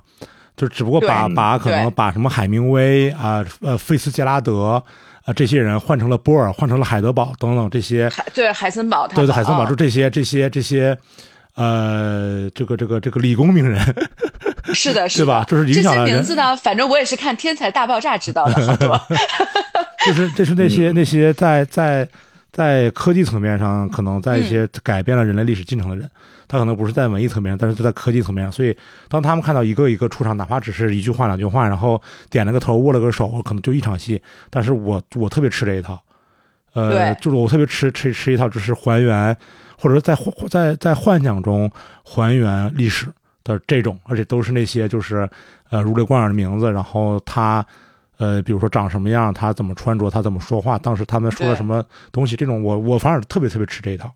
C: 就只不过把
A: 对
C: 把可能
B: 对
C: 把什么海明威啊呃菲茨杰拉德啊、这些人换成了波尔，换成了海德堡等等这些，
B: 海对海森堡他
C: 对
B: 们，
C: 对，海森堡
B: 嗯
C: 就这些这些这些。呃，这个这个这个理工名人，
B: 是的，是的
C: 吧就是影响了
B: 这些名
C: 人
B: 字呢，反正我也是看《天才大爆炸》知道的，好 多。
C: 就是这是那些那些在在在科技层面上，可能在一些改变了人类历史进程的人，他可能不是在文艺层面，但是就在科技层面上。所以，当他们看到一个一个出场，哪怕只是一句话两句话，然后点了个头，握了个手，可能就一场戏。但是我我特别吃这一套，呃，
B: 对
C: 就是我特别吃吃吃一套，就是还原或者说在幻在在幻想中还原历史的这种，而且都是那些就是呃如雷贯耳的名字，然后他呃比如说长什么样，他怎么穿着，他怎么说话，当时他们说了
B: 对
C: 什么东西，这种我我反而特别特别吃这一套。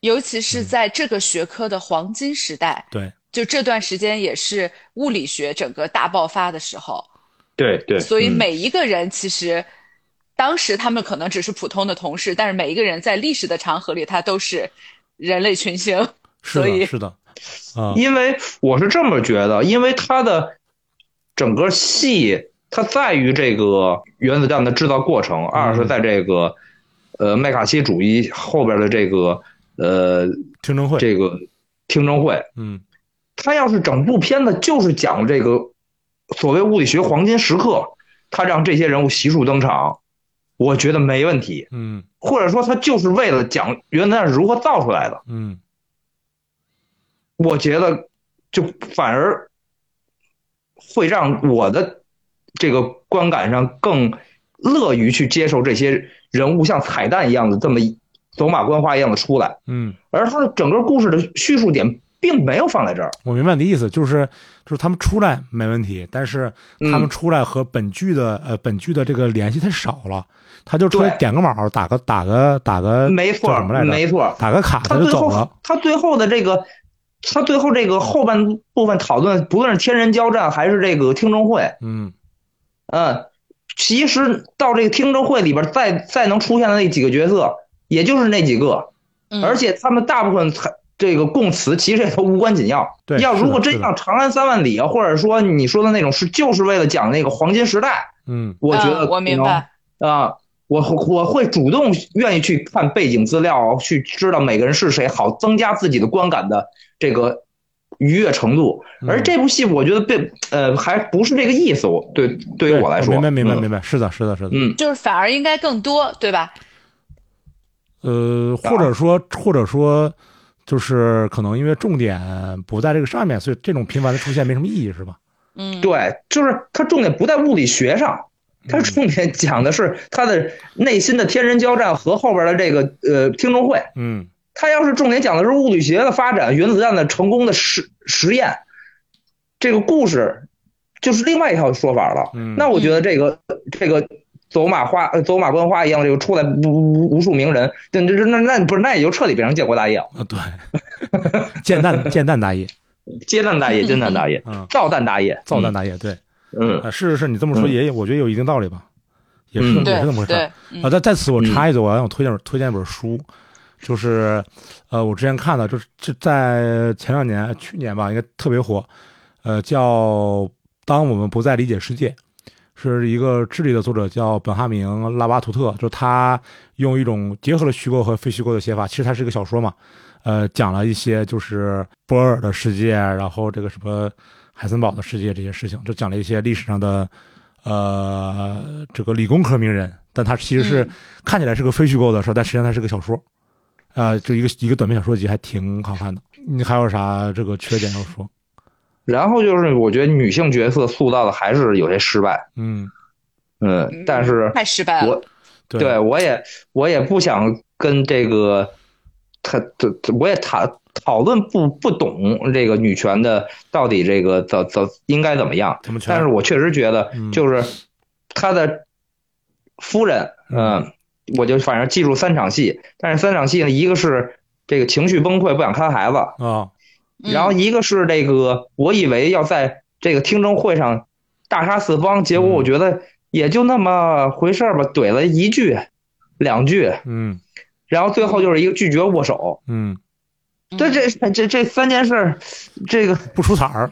B: 尤其
C: 嗯
B: 是在这个学科的黄金时代，
C: 对，
B: 就这段时间也是物理学整个大爆发的时候，
A: 对对，
B: 所以
A: 嗯
B: 每一个人其实，当时他们可能只是普通的同事，但是每一个人在历史的长河里，他都是人类群星。
C: 是
B: 所以
C: 的，是的，啊、
A: 因为我是这么觉得，因为它的整个戏，它在于这个原子弹的制造过程，二是在这个呃麦卡锡主义后边的这个呃
C: 听证会，
A: 这个听证会。
C: 嗯，
A: 他要是整部片子就是讲这个所谓物理学黄金时刻，他让这些人物悉数登场，我觉得没问题。
C: 嗯
A: 或者说，他就是为了讲原子弹是如何造出来的。
C: 嗯，
A: 我觉得就反而会让我的这个观感上更乐于去接受这些人物像彩蛋一样的这么一走马观花一样的出来，
C: 嗯，
A: 而他的整个故事的叙述点并没有放在这儿。
C: 我明白你的意思，就是就是他们出来没问题，但是他们
A: 嗯
C: 出来和本剧的、呃本剧的这个联系太少了，他就出来
A: 对
C: 点个卯，打个打个打个，
A: 没
C: 叫
A: 错
C: 什么来，着？
A: 没错，
C: 打个卡
A: 他
C: 就
A: 最
C: 走了
A: 后。他最后的这个，他最后这个后半部分讨论，不论是天人交战还是这个听证会，
C: 嗯，
A: 嗯，其实到这个听证会里边再再能出现的那几个角色，也就是那几个，
B: 嗯
A: 而且他们大部分才这个供词其实也都无关紧要。
C: 对
A: 要
C: 是的
A: 如果真
C: 是的
A: 像《长安三万里》啊，或者说你说的那种是就是为了讲那个黄金时代，
C: 嗯
A: 我觉
B: 嗯
A: 得
B: 我明白。
A: 啊。我我会主动愿意去看背景资料，去知道每个人是谁，好增加自己的观感的这个愉悦程度。
C: 嗯
A: 而这部戏，我觉得被呃还不是这个意思。我对对于我来说，
C: 明白明白
A: 嗯
C: 明白，是的，是的，是的，
A: 嗯，
B: 就是反而应该更多，对吧？
C: 呃，或
A: 啊
C: 者说或者说，就是可能因为重点不在这个上面，所以这种频繁的出现没什么意义，是吧？
B: 嗯，
A: 对，就是它重点不在物理学上，
C: 嗯
A: 它重点讲的是他的内心的天人交战和后边的这个呃听证会。
C: 嗯
A: 他要是重点讲的是物理学的发展、原子弹的成功的实实验，这个故事就是另外一套说法了。
C: 嗯
A: 那我觉得这个这个走马花呃走马观花一样，这个出来无无无数名人，那那那那不是那也就彻底变成建国大业了，
C: 啊， 对， 建蛋建蛋大业，
A: 接蛋大业、煎蛋大业
C: 嗯、
A: 造蛋大业、
C: 造蛋大业，对。
A: 嗯。
C: 啊，是是是，你这么说
A: 嗯
C: 也有，我觉得有一定道理吧，也是
A: 嗯
C: 也
B: 对
C: 是这么回事
B: 对
C: 儿。啊，在在此我插一句，我要想推荐本推荐一本书，就是，呃，我之前看的，就是这在前两年去年吧，应该特别火，呃，叫《当我们不再理解世界》，是一个智利的作者叫本哈明拉巴图特，就他用一种结合了虚构和非虚构的写法，其实它是一个小说嘛，呃，讲了一些就是波尔的世界，然后这个什么海森堡的世界这些事情，就讲了一些历史上的呃这个理工科名人，但他其实是、看起来是个非虚构的事儿，但实际上它是个小说。哎、啊、这一个一个短篇小说集还挺好看的。你还有啥这个缺点要说？
A: 然后就是我觉得女性角色塑造的还是有些失败，
C: 嗯，
A: 嗯，但是
B: 太失败了
A: 我。
C: 对，
A: 对我也我也不想跟这个他这这我也讨讨论不不懂这个女权的到底这个怎怎应该怎么样，
C: 怎么全？
A: 但是我确实觉得
C: 嗯
A: 就是他的夫人，嗯、我就反正记住三场戏，但是三场戏呢，一个是这个情绪崩溃不想看孩子，
C: 啊，
B: 嗯
A: 然后一个是这个，我以为要在这个听证会上大杀四方，结
C: 嗯
A: 果我觉得也就那么回事儿吧，怼了一句、两句，
C: 嗯
A: 然后最后就是一个拒绝握手。
C: 嗯，
A: 这这这这三件事儿，这个
C: 不出彩儿，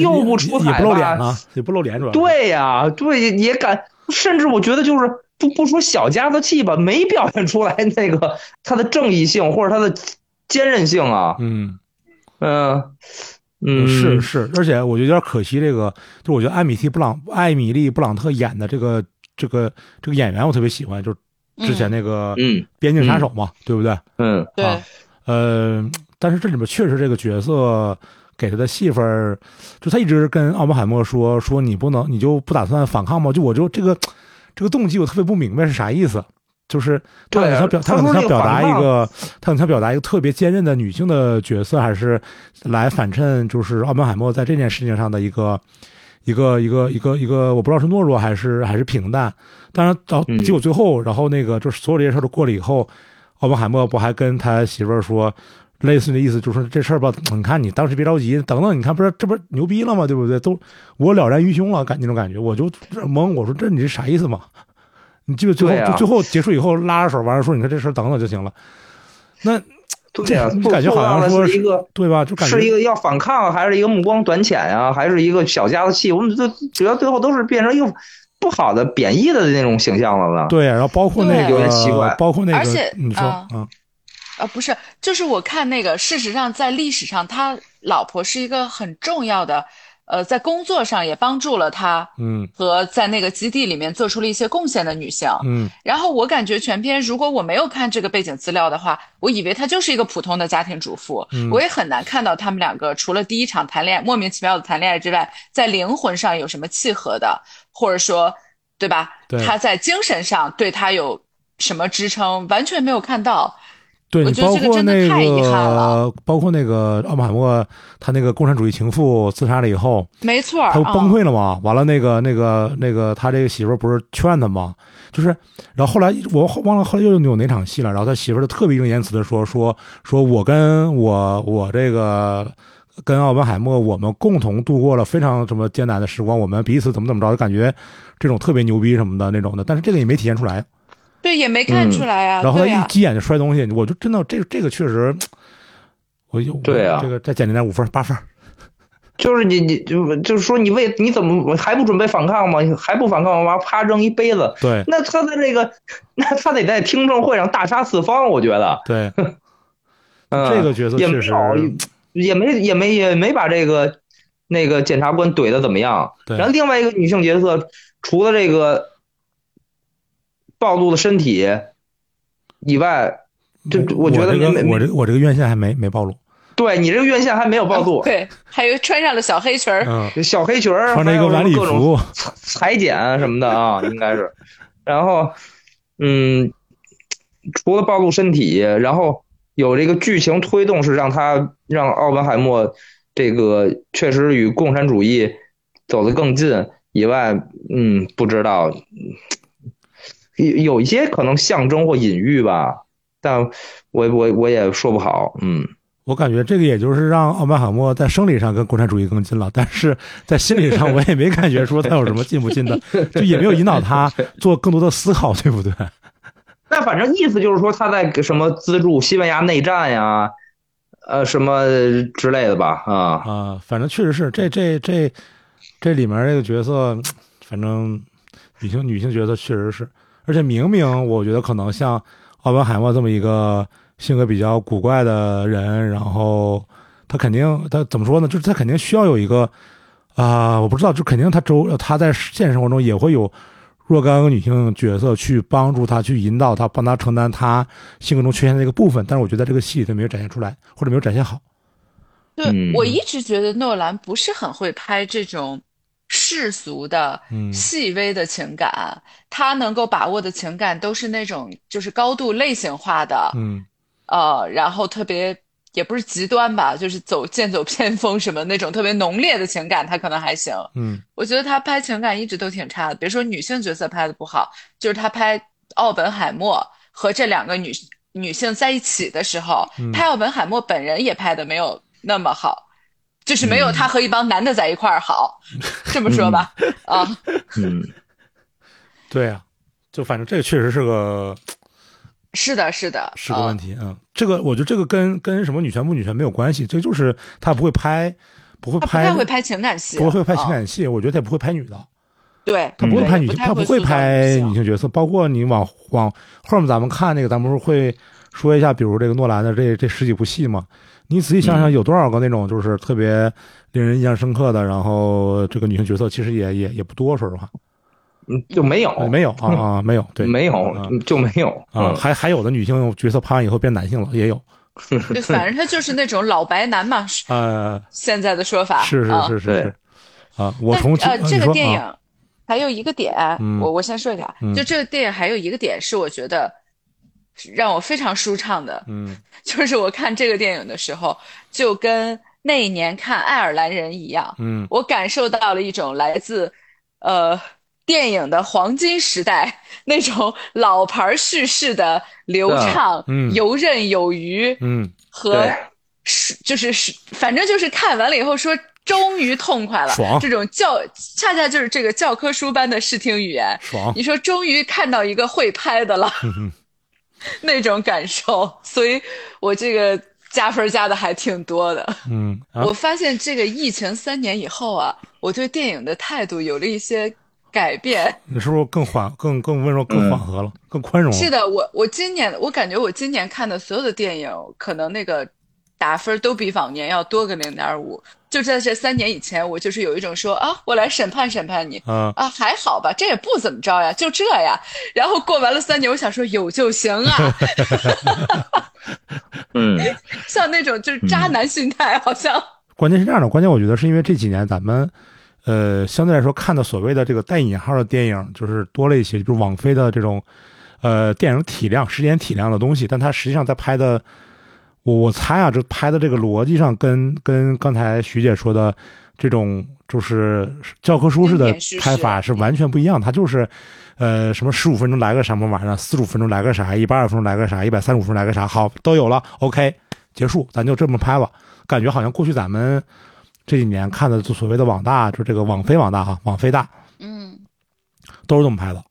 A: 又不出
C: 也
A: 彩
C: 不露脸
A: 吧
C: 啊？，也不露脸主要是。
A: 对呀、对，也敢，甚至我觉得就是不不说小家子气吧，没表现出来那个他的正义性或者他的坚韧性啊。
C: 嗯，
A: 嗯嗯，
C: 是是，而且我觉得有点可惜，这个就我觉得艾米蒂布朗、艾米丽布朗特演的这个这个这个演员，我特别喜欢，就是之前那个《
A: 嗯
C: 边境杀手》嘛，对不对？
A: 嗯，
B: 对
C: 啊呃，但是这里面确实这个角色给他的戏份儿，就他一直跟奥本海默说说你不能，你就不打算反抗吗？就我就这个这个动机我特别不明白是啥意思，就是他
A: 对
C: 很想表他
A: 他
C: 很
A: 说
C: 想
A: 那个
C: 表达
A: 反
C: 一
A: 抗
C: 个他很想表达一个特别坚韧的女性的角色，还是来反衬就是奥本海默在这件事情上的一个。一个一个一个一个，我不知道是懦弱还是还是平淡。当然到
A: 嗯
C: 结果最后，然后那个就是所有这些事儿都过了以后，奥本海默不还跟他媳妇儿说，类似的意思，就是说这事儿吧，你看你当时别着急，等等，你看不是这不是牛逼了吗？对不对？都我了然于胸了，感那种感觉，我就这懵，我说这你这啥意思嘛？你记得最后、
A: 对啊
C: 就最后结束以后拉着手，完了说你看这事儿等等就行了，那
A: 对啊呀、
C: 你
A: 做
C: 感觉
A: 做
C: 好
A: 到
C: 像
A: 的
C: 说
A: 是一个
C: 对吧？就感觉
A: 是一个要反抗，还是一个目光短浅呀、还是一个小家子气？我们最主要最后都是变成一个不好的、贬义的那种形象了呢。
C: 对，然后包括那
B: 对有
C: 个
A: 点奇怪
C: 包括那个，
B: 而且
C: 你说
B: 啊
C: 啊，
B: 啊，不是，就是我看那个，事实上在历史上，他老婆是一个很重要的，呃，在工作上也帮助了他
C: 嗯
B: 和在那个基地里面做出了一些贡献的女性。
C: 嗯
B: 然后我感觉全篇如果我没有看这个背景资料的话，我以为她就是一个普通的家庭主妇，
C: 嗯
B: 我也很难看到他们两个除了第一场谈恋爱莫名其妙的谈恋爱之外，在灵魂上有什么契合的，或者说，对吧？
C: 对
B: 他在精神上对他有什么支撑，完全没有看到。
C: 对
B: 我
C: 你
B: 觉得
C: 包
B: 这个
C: 括
B: 真的
C: 那
B: 太遗憾
C: 个
B: 了，
C: 包括那个奥本海默，他那个共产主义情妇自杀了以后，
B: 没错儿，
C: 他不崩
B: 啊，
C: 溃了吗？完了，那个那个那个，他这个媳妇儿不是劝他吗？就是，然后后来我忘了后来又有哪场戏了，然后他媳妇儿就特别义正言辞的说说说我跟我我这个跟奥本海默，我们共同度过了非常什么艰难的时光，我们彼此怎么怎么着，就感觉这种特别牛逼什么的那种的，但是这个也没体现出来。
B: 对，也没
A: 嗯
B: 看出来啊，
C: 然后他
B: 对
C: 一
B: 呀、
C: 急眼就摔东西，我就真的这个这个确实，我就
A: 对啊
C: 这个再减零点五分八分。
A: 就是你你就就是说你为你怎么还不准备反抗吗？还不反抗吗？啪扔一杯子。
C: 对
A: 那他的这个，那他得在听证会上大杀四方，我觉得，
C: 对，
A: 嗯，
C: 这个角色
A: 也没
C: 确实
A: 有，也没也没也没把这个那个检察官怼的怎么样。
C: 对
A: 然后另外一个女性角色，除了这个暴露的身体以外，这
C: 我
A: 觉得
C: 这个
A: 没没
C: 我这个我这个院线还没没暴露，
A: 对你这个院线还没有暴露，
B: 对，还有穿上了小黑裙儿，
C: 嗯，
A: 小黑裙儿，
C: 穿着一
A: 还
C: 个
A: 有
C: 晚礼
A: 各种
C: 服，
A: 裁裁剪什么的啊，应该是。然后，嗯，除了暴露身体，然后有这个剧情推动是让他让奥本海默这个确实与共产主义走得更近以外，嗯，不知道嗯有有一些可能象征或隐喻吧，但我我我也说不好，嗯，
C: 我感觉这个也就是让奥本海默在生理上跟共产主义更近了，但是在心理上我也没感觉说他有什么进不进的， 就也没有引导他做更多的思考，对不对？
A: 那反正意思就是说他在给什么资助西班牙内战呀，呃，什么之类的吧，啊、
C: 啊、反正确实是这这这这里面这个角色，反正女性女性角色确实是，而且明明我觉得可能像奥本海默这么一个性格比较古怪的人，然后他肯定他怎么说呢？就是他肯定需要有一个啊、我不知道，就肯定他周他在现实生活中也会有若干个女性角色去帮助他，去引导他，帮他承担他性格中缺陷的一个部分。但是我觉得在这个戏里头没有展现出来，或者没有展现好。嗯
B: 对，我一直觉得诺兰不是很会拍这种世俗的、
C: 嗯
B: 细微的情感，他能够把握的情感都是那种就是高度类型化的，
C: 嗯，
B: 呃，然后特别也不是极端吧，就是走剑走偏锋什么那种特别浓烈的情感，他可能还行。
C: 嗯
B: 我觉得他拍情感一直都挺差的，别说女性角色拍的不好，就是他拍奥本海默和这两个女女性在一起的时候，
C: 嗯
B: 拍奥本海默本人也拍的没有那么好，就是没
C: 嗯
B: 有他和一帮男的在一块儿 好，这么说吧，啊，
A: 嗯，
C: 对呀、就反正这个确实是
B: 啊
C: 个
B: 是的，是的，
C: 是个问
B: 啊
C: 题嗯，这个我觉得这个跟跟什么女权不女权没有关系，这就是他不会拍，不会
B: 他不
C: 拍，
B: 太会拍情感戏，
C: 不会拍情
B: 啊，
C: 感戏。我觉得他也不会拍女的，
B: 对，
C: 他不
B: 嗯
C: 会
B: 对
C: 拍
B: 也
C: 女，
B: 不
C: 性，
B: 太
C: 他不
B: 塑
C: 会
B: 造
C: 拍
B: 性
C: 女性角色。包括你往往后面咱们看那个，咱们不是会说一下，比如这个诺兰的这这十几部戏嘛？你仔细
B: 嗯
C: 想想，有多少个那种就是特别令人印象深刻的，然后这个女性角色其实也也也不多，说实话，
A: 嗯就没
B: 哦
A: 有，
C: 没有啊啊，没有，对，
A: 没有
C: 啊，
A: 就没有嗯
C: 啊，还还有的女性角色拍完以后变男性了，也有，
B: 对，反正他就是那种老白男嘛，是
C: 呃，
B: 现在的说法，
C: 是是
B: 啊
C: 是是
A: 对
C: 是，啊，我
B: 但
C: 从
B: 呃
C: 啊
B: 这
C: 你
B: 个
C: 说
B: 电
C: 啊
B: 影还有一个点，
C: 嗯
B: 我我先说一下，
C: 嗯
B: 就这个电影还有一个点是我觉得让我非常舒畅的，
C: 嗯
B: 就是我看这个电影的时候，就跟那一年看《爱尔兰人》一样，
C: 嗯
B: 我感受到了一种来自呃电影的黄金时代那种老牌叙事的流畅、
C: 嗯
B: 游刃有余
C: 嗯，
B: 和
A: 对
B: 是就是是，反正就是看完了以后说。终于痛快了，
C: 爽
B: 这种教恰恰就是这个教科书般的视听语言。
C: 爽，
B: 你说终于看到一个会拍的了，
C: 嗯嗯
B: 那种感受，所以我这个加分加的还挺多的。
C: 嗯啊
B: 我发现这个疫情三年以后啊，我对电影的态度有了一些改变。
C: 你是不是更缓、更更温柔、更缓和了、更宽容了？
B: 嗯是的，我我今年我感觉我今年看的所有的电影，可能那个打分都比往年要多个零点五。就在这三年以前，我就是有一种说啊，我来审判审判你。
C: 啊，
B: 啊，还好吧，这也不怎么着呀，就这呀。然后过完了三年，我想说有就行 啊，
A: 嗯，
B: 像那种就是渣
C: 嗯
B: 男心态，好像
C: 关键是这样的，关键我觉得是因为这几年咱们，呃，相对来说看的所谓的这个带引号的电影就是多了一些，就是网飞的这种，呃，电影体量、时间体量的东西，但它实际上在拍的，我我猜啊，这拍的这个逻辑上跟跟刚才徐姐说的这种就是教科书式的
B: 经典叙事
C: 拍法是完全不一样，它就是。呃，什么十五分钟来个什么玩意儿，四十五分钟来个啥，一百二十分钟来个啥，一百三十五分钟来个啥，好，都有了，OK，结束，咱就这么拍吧。感觉好像过去咱们这几年看的就所谓的网大，就这个网飞网大哈，网飞大
B: 嗯，
C: 都是这么拍的。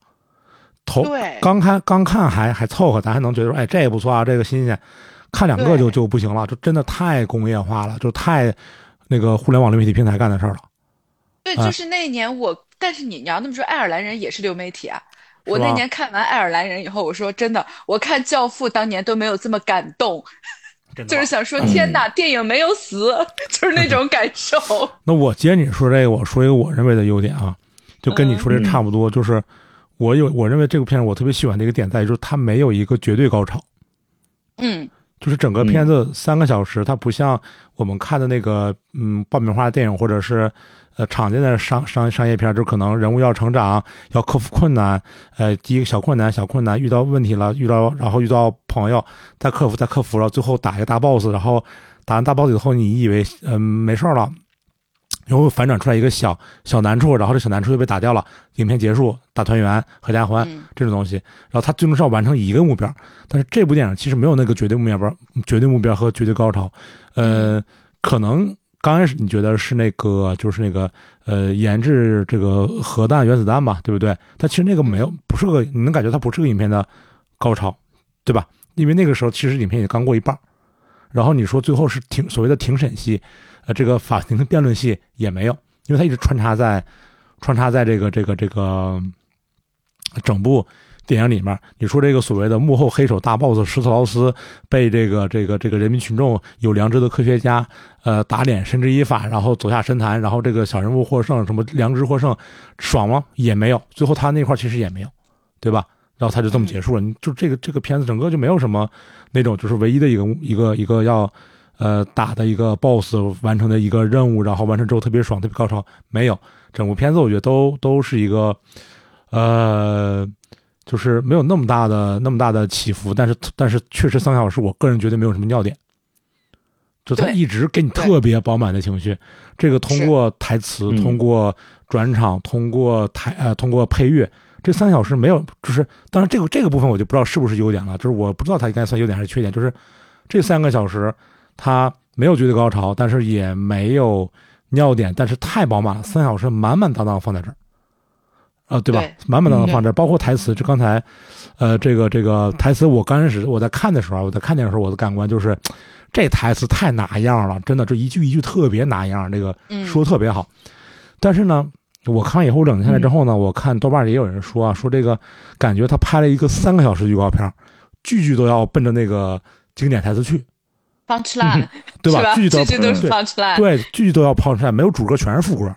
C: 头
B: 对
C: 哦刚看刚看还还凑合，咱还能觉得说，哎，这也不错啊，这个新鲜。看两个
B: 对
C: 就就不行了，就真的太工业化了，就太那个互联网流媒体平台干的事儿了。
B: 对，
C: 啊
B: 就是那一年我，但是你你要那么说，爱尔兰人也是流媒体啊。我
C: 是吧
B: 那年看完《爱尔兰人》以后，我说真的，我看《教父》当年都没有这么感动，就是想
C: 嗯
B: 说天哪，电影没有死，就是那种感受。
C: 那我接你说这个，我说一个我认为的优点啊，就
B: 嗯
C: 跟你说这差不多，就是我有我认为这部片儿我特别喜欢的一个点在于，就是它没有一个绝对高潮。
B: 嗯，
C: 就是整个片子三个小时，它不像我们看的那个嗯爆米花电影或者是呃常见的商商商业片，就可能人物要成长，要克服困难，呃第一个小困难小困难遇到问题了，遇到然后遇到朋友，再克服再克服了，最后打一个大 boss，然后打完大 boss 以后，你以为嗯、没事儿了。然后反转出来一个小小难处，然后这小难处就被打掉了，影片结束，大团圆，合家欢
B: 嗯
C: 这种东西。然后他最终是要完成一个目标，但是这部电影其实没有那个绝对目标、绝对目标和绝对高潮。呃，可能刚开始你觉得是那个，就是那个呃，研制这个核弹、原子弹吧，对不对？但其实那个没有，不是个，你能感觉它不是个影片的高潮，对吧？因为那个时候其实影片也刚过一半儿，然后你说最后是庭所谓的庭审戏，呃，这个法庭的辩论戏也没有，因为它一直穿插在穿插在这个这个这个整部电影里面，你说这个所谓的幕后黑手大 boss 施特劳斯被这个这个这个人民群众有良知的科学家呃打脸绳之以法，然后走下神坛，然后这个小人物获胜，什么良知获胜，爽吗？也没有，最后他那块其实也没有，对吧？然后他就这
B: 嗯
C: 么结束了，你就这个这个片子整个就没有什么那种就是唯一的一个一个一个要呃打的一个 BOSS 完成的一个任务，然后完成之后特别爽特别高潮，没有，整部片子我觉得都都是一个呃就是没有那么大的那么大的起伏，但是但是确实三小时我个人觉得没有什么尿点，就他
B: 对
C: 一直给你
B: 对
C: 特别饱满的情绪，这个通过台词、
A: 嗯
C: 通过转场、通过台呃、通过配乐，这三小时没有，就是当然这个这个部分我就不知道是不是优点了，就是我不知道它应该算优点还是缺点，就是这三个小时它没有绝对高潮，但是也没有尿点，但是太饱满了，三小时满满当当放在这儿。啊、对吧
B: 对？
C: 满满当当放这儿，包括台词。这刚才，呃，这个这个台词，我刚开始我在看的时候啊，我在看电影的时候，我的感官就是，这台词太拿样了，真的，这一句一句特别拿样，这个
B: 嗯
C: 说得特别好。但是呢，我看完以后冷静下来之
B: 嗯
C: 后呢，我看豆瓣儿也有人说啊，说这个感觉他拍了一个三个小时的预告片儿，句句都要奔着那个经典台词去，
B: ，punch line，
C: 嗯对
B: 是吧？
C: 句
B: 句
C: 句都要
B: 都是
C: 嗯对
B: punch line，
C: 对，句句都要抛出来，没有主歌，全是副歌。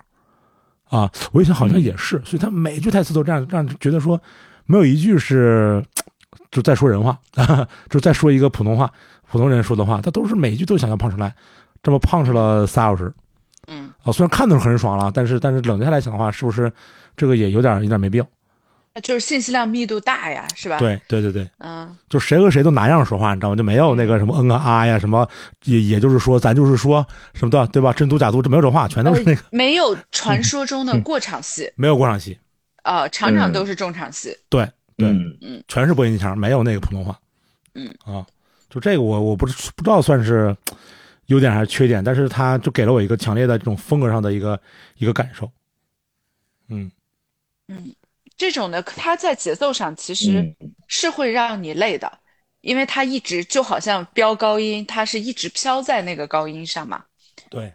C: 啊，我一想好像也是，所以他每句台词都这样，让人觉得说没有一句是就在说人话， 就在说一个普通话，普通人说的话，他都是每一句都想要胖出来，这么胖出了仨小时。
B: 嗯，
C: 啊，虽然看的很爽了，但是但是冷静下来想的话，是不是这个也有点有点没必要？
B: 就是信息量密度大呀，是吧？，
C: 对对对对，
B: 嗯，
C: 就谁和谁都拿样说话，你知道吗？就没有那个什么嗯啊啊呀，什么也也就是说，咱就是说什么的，对吧？真嘟假嘟，这没有这话，全都是那个、
B: 没有传
C: 嗯
B: 说中的过场戏
C: 没有过场戏，
B: 啊，场场
A: 嗯
B: 都是重场戏。
C: 对对，
A: 嗯
C: 全是播音腔，没有那个普通话。
B: 嗯
C: 啊，就这个我我不知不知道算是优点还是缺点，但是它就给了我一个强烈的这种风格上的一个一个感受。嗯，
B: 这种的，它在节奏上其
C: 嗯
B: 实
A: 嗯
B: 是会让你累的，因为它一直就好像飙高音，它是一直飘在那个高音上嘛。
C: 对，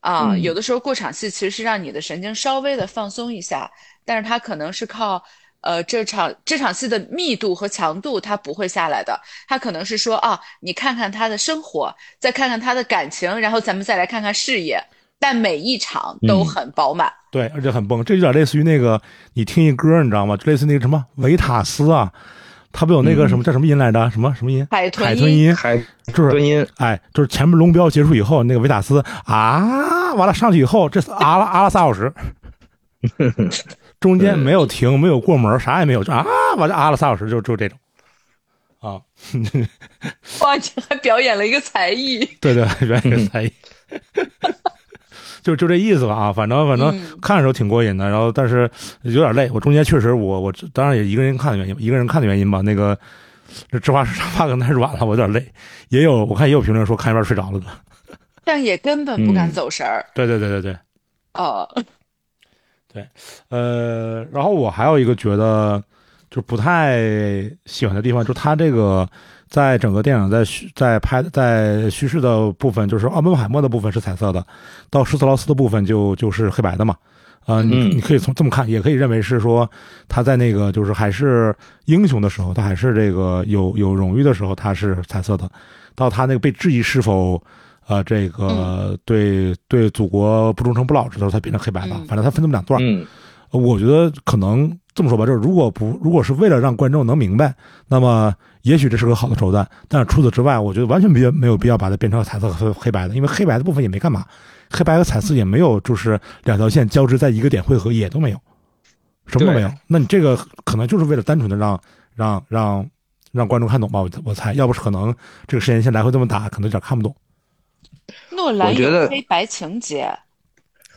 B: 啊，
A: 嗯
B: 有的时候过场戏其实是让你的神经稍微的放松一下，但是它可能是靠呃这场这场戏的密度和强度，它不会下来的。它可能是说啊，你看看他的生活，再看看他的感情，然后咱们再来看看事业，但每一场都
A: 嗯
B: 很饱满。
C: 对，而且很崩，这有点类似于那个你听一歌，你知道吗？就类似那个什么维塔斯啊，他不有那个什么、叫什么音来着？什么什么音？
B: 海豚
C: 海豚音，
A: 还
C: 就是
A: 蹲音，
C: 哎，就是前面龙标结束以后，那个维塔斯啊，完了上去以后，这啊了啊了仨小时，中间没有停，没有过门，啥也没有，就啊，完了啊了仨小时，就就这种。啊，
B: 哇，你还表演了一个才艺。
C: 对对，原来是才艺， 就就这意思吧啊，反正反正看的时候挺过瘾的，然后但是有点累，我中间确实我我当然也一个人看的原因，一个人看的原因吧，那个这芝华士 沙发可能太软了，我有点累，也有我看也有评论说看一半睡着了的，
B: 但也根本不敢
A: 嗯
B: 走神儿。
C: 对对对对对。
B: 哦，
C: 呃，然后我还有一个觉得就不太喜欢的地方，就是他这个在整个电影在叙在拍在叙事的部分，就是奥本海默的部分是彩色的，到施特劳斯的部分就就是黑白的嘛。呃，你
A: 嗯
C: 你可以从这么看，也可以认为是说他在那个就是还是英雄的时候，他还是这个有有荣誉的时候，他是彩色的；到他那个被质疑是否呃这个对对祖国不忠诚不老实的时候，他变成黑白的。
B: 嗯
C: 反正他分这么两段儿，
A: 嗯
C: 呃我觉得可能这么说吧，就是如果不如果是为了让观众能明白，那么也许这是个好的手段。但是除此之外，我觉得完全没有没有必要把它变成彩色和黑白的，因为黑白的部分也没干嘛，黑白和彩色也没有就是两条线交织在一个点汇合，也都没有，什么都没有
A: 对。
C: 那你这个可能就是为了单纯的让让让让观众看懂吧，我我猜，要不是可能这个时间线来回这么打，可能有点看不懂。
B: 诺兰
A: 我觉
B: 有
A: 得
B: 黑白情节，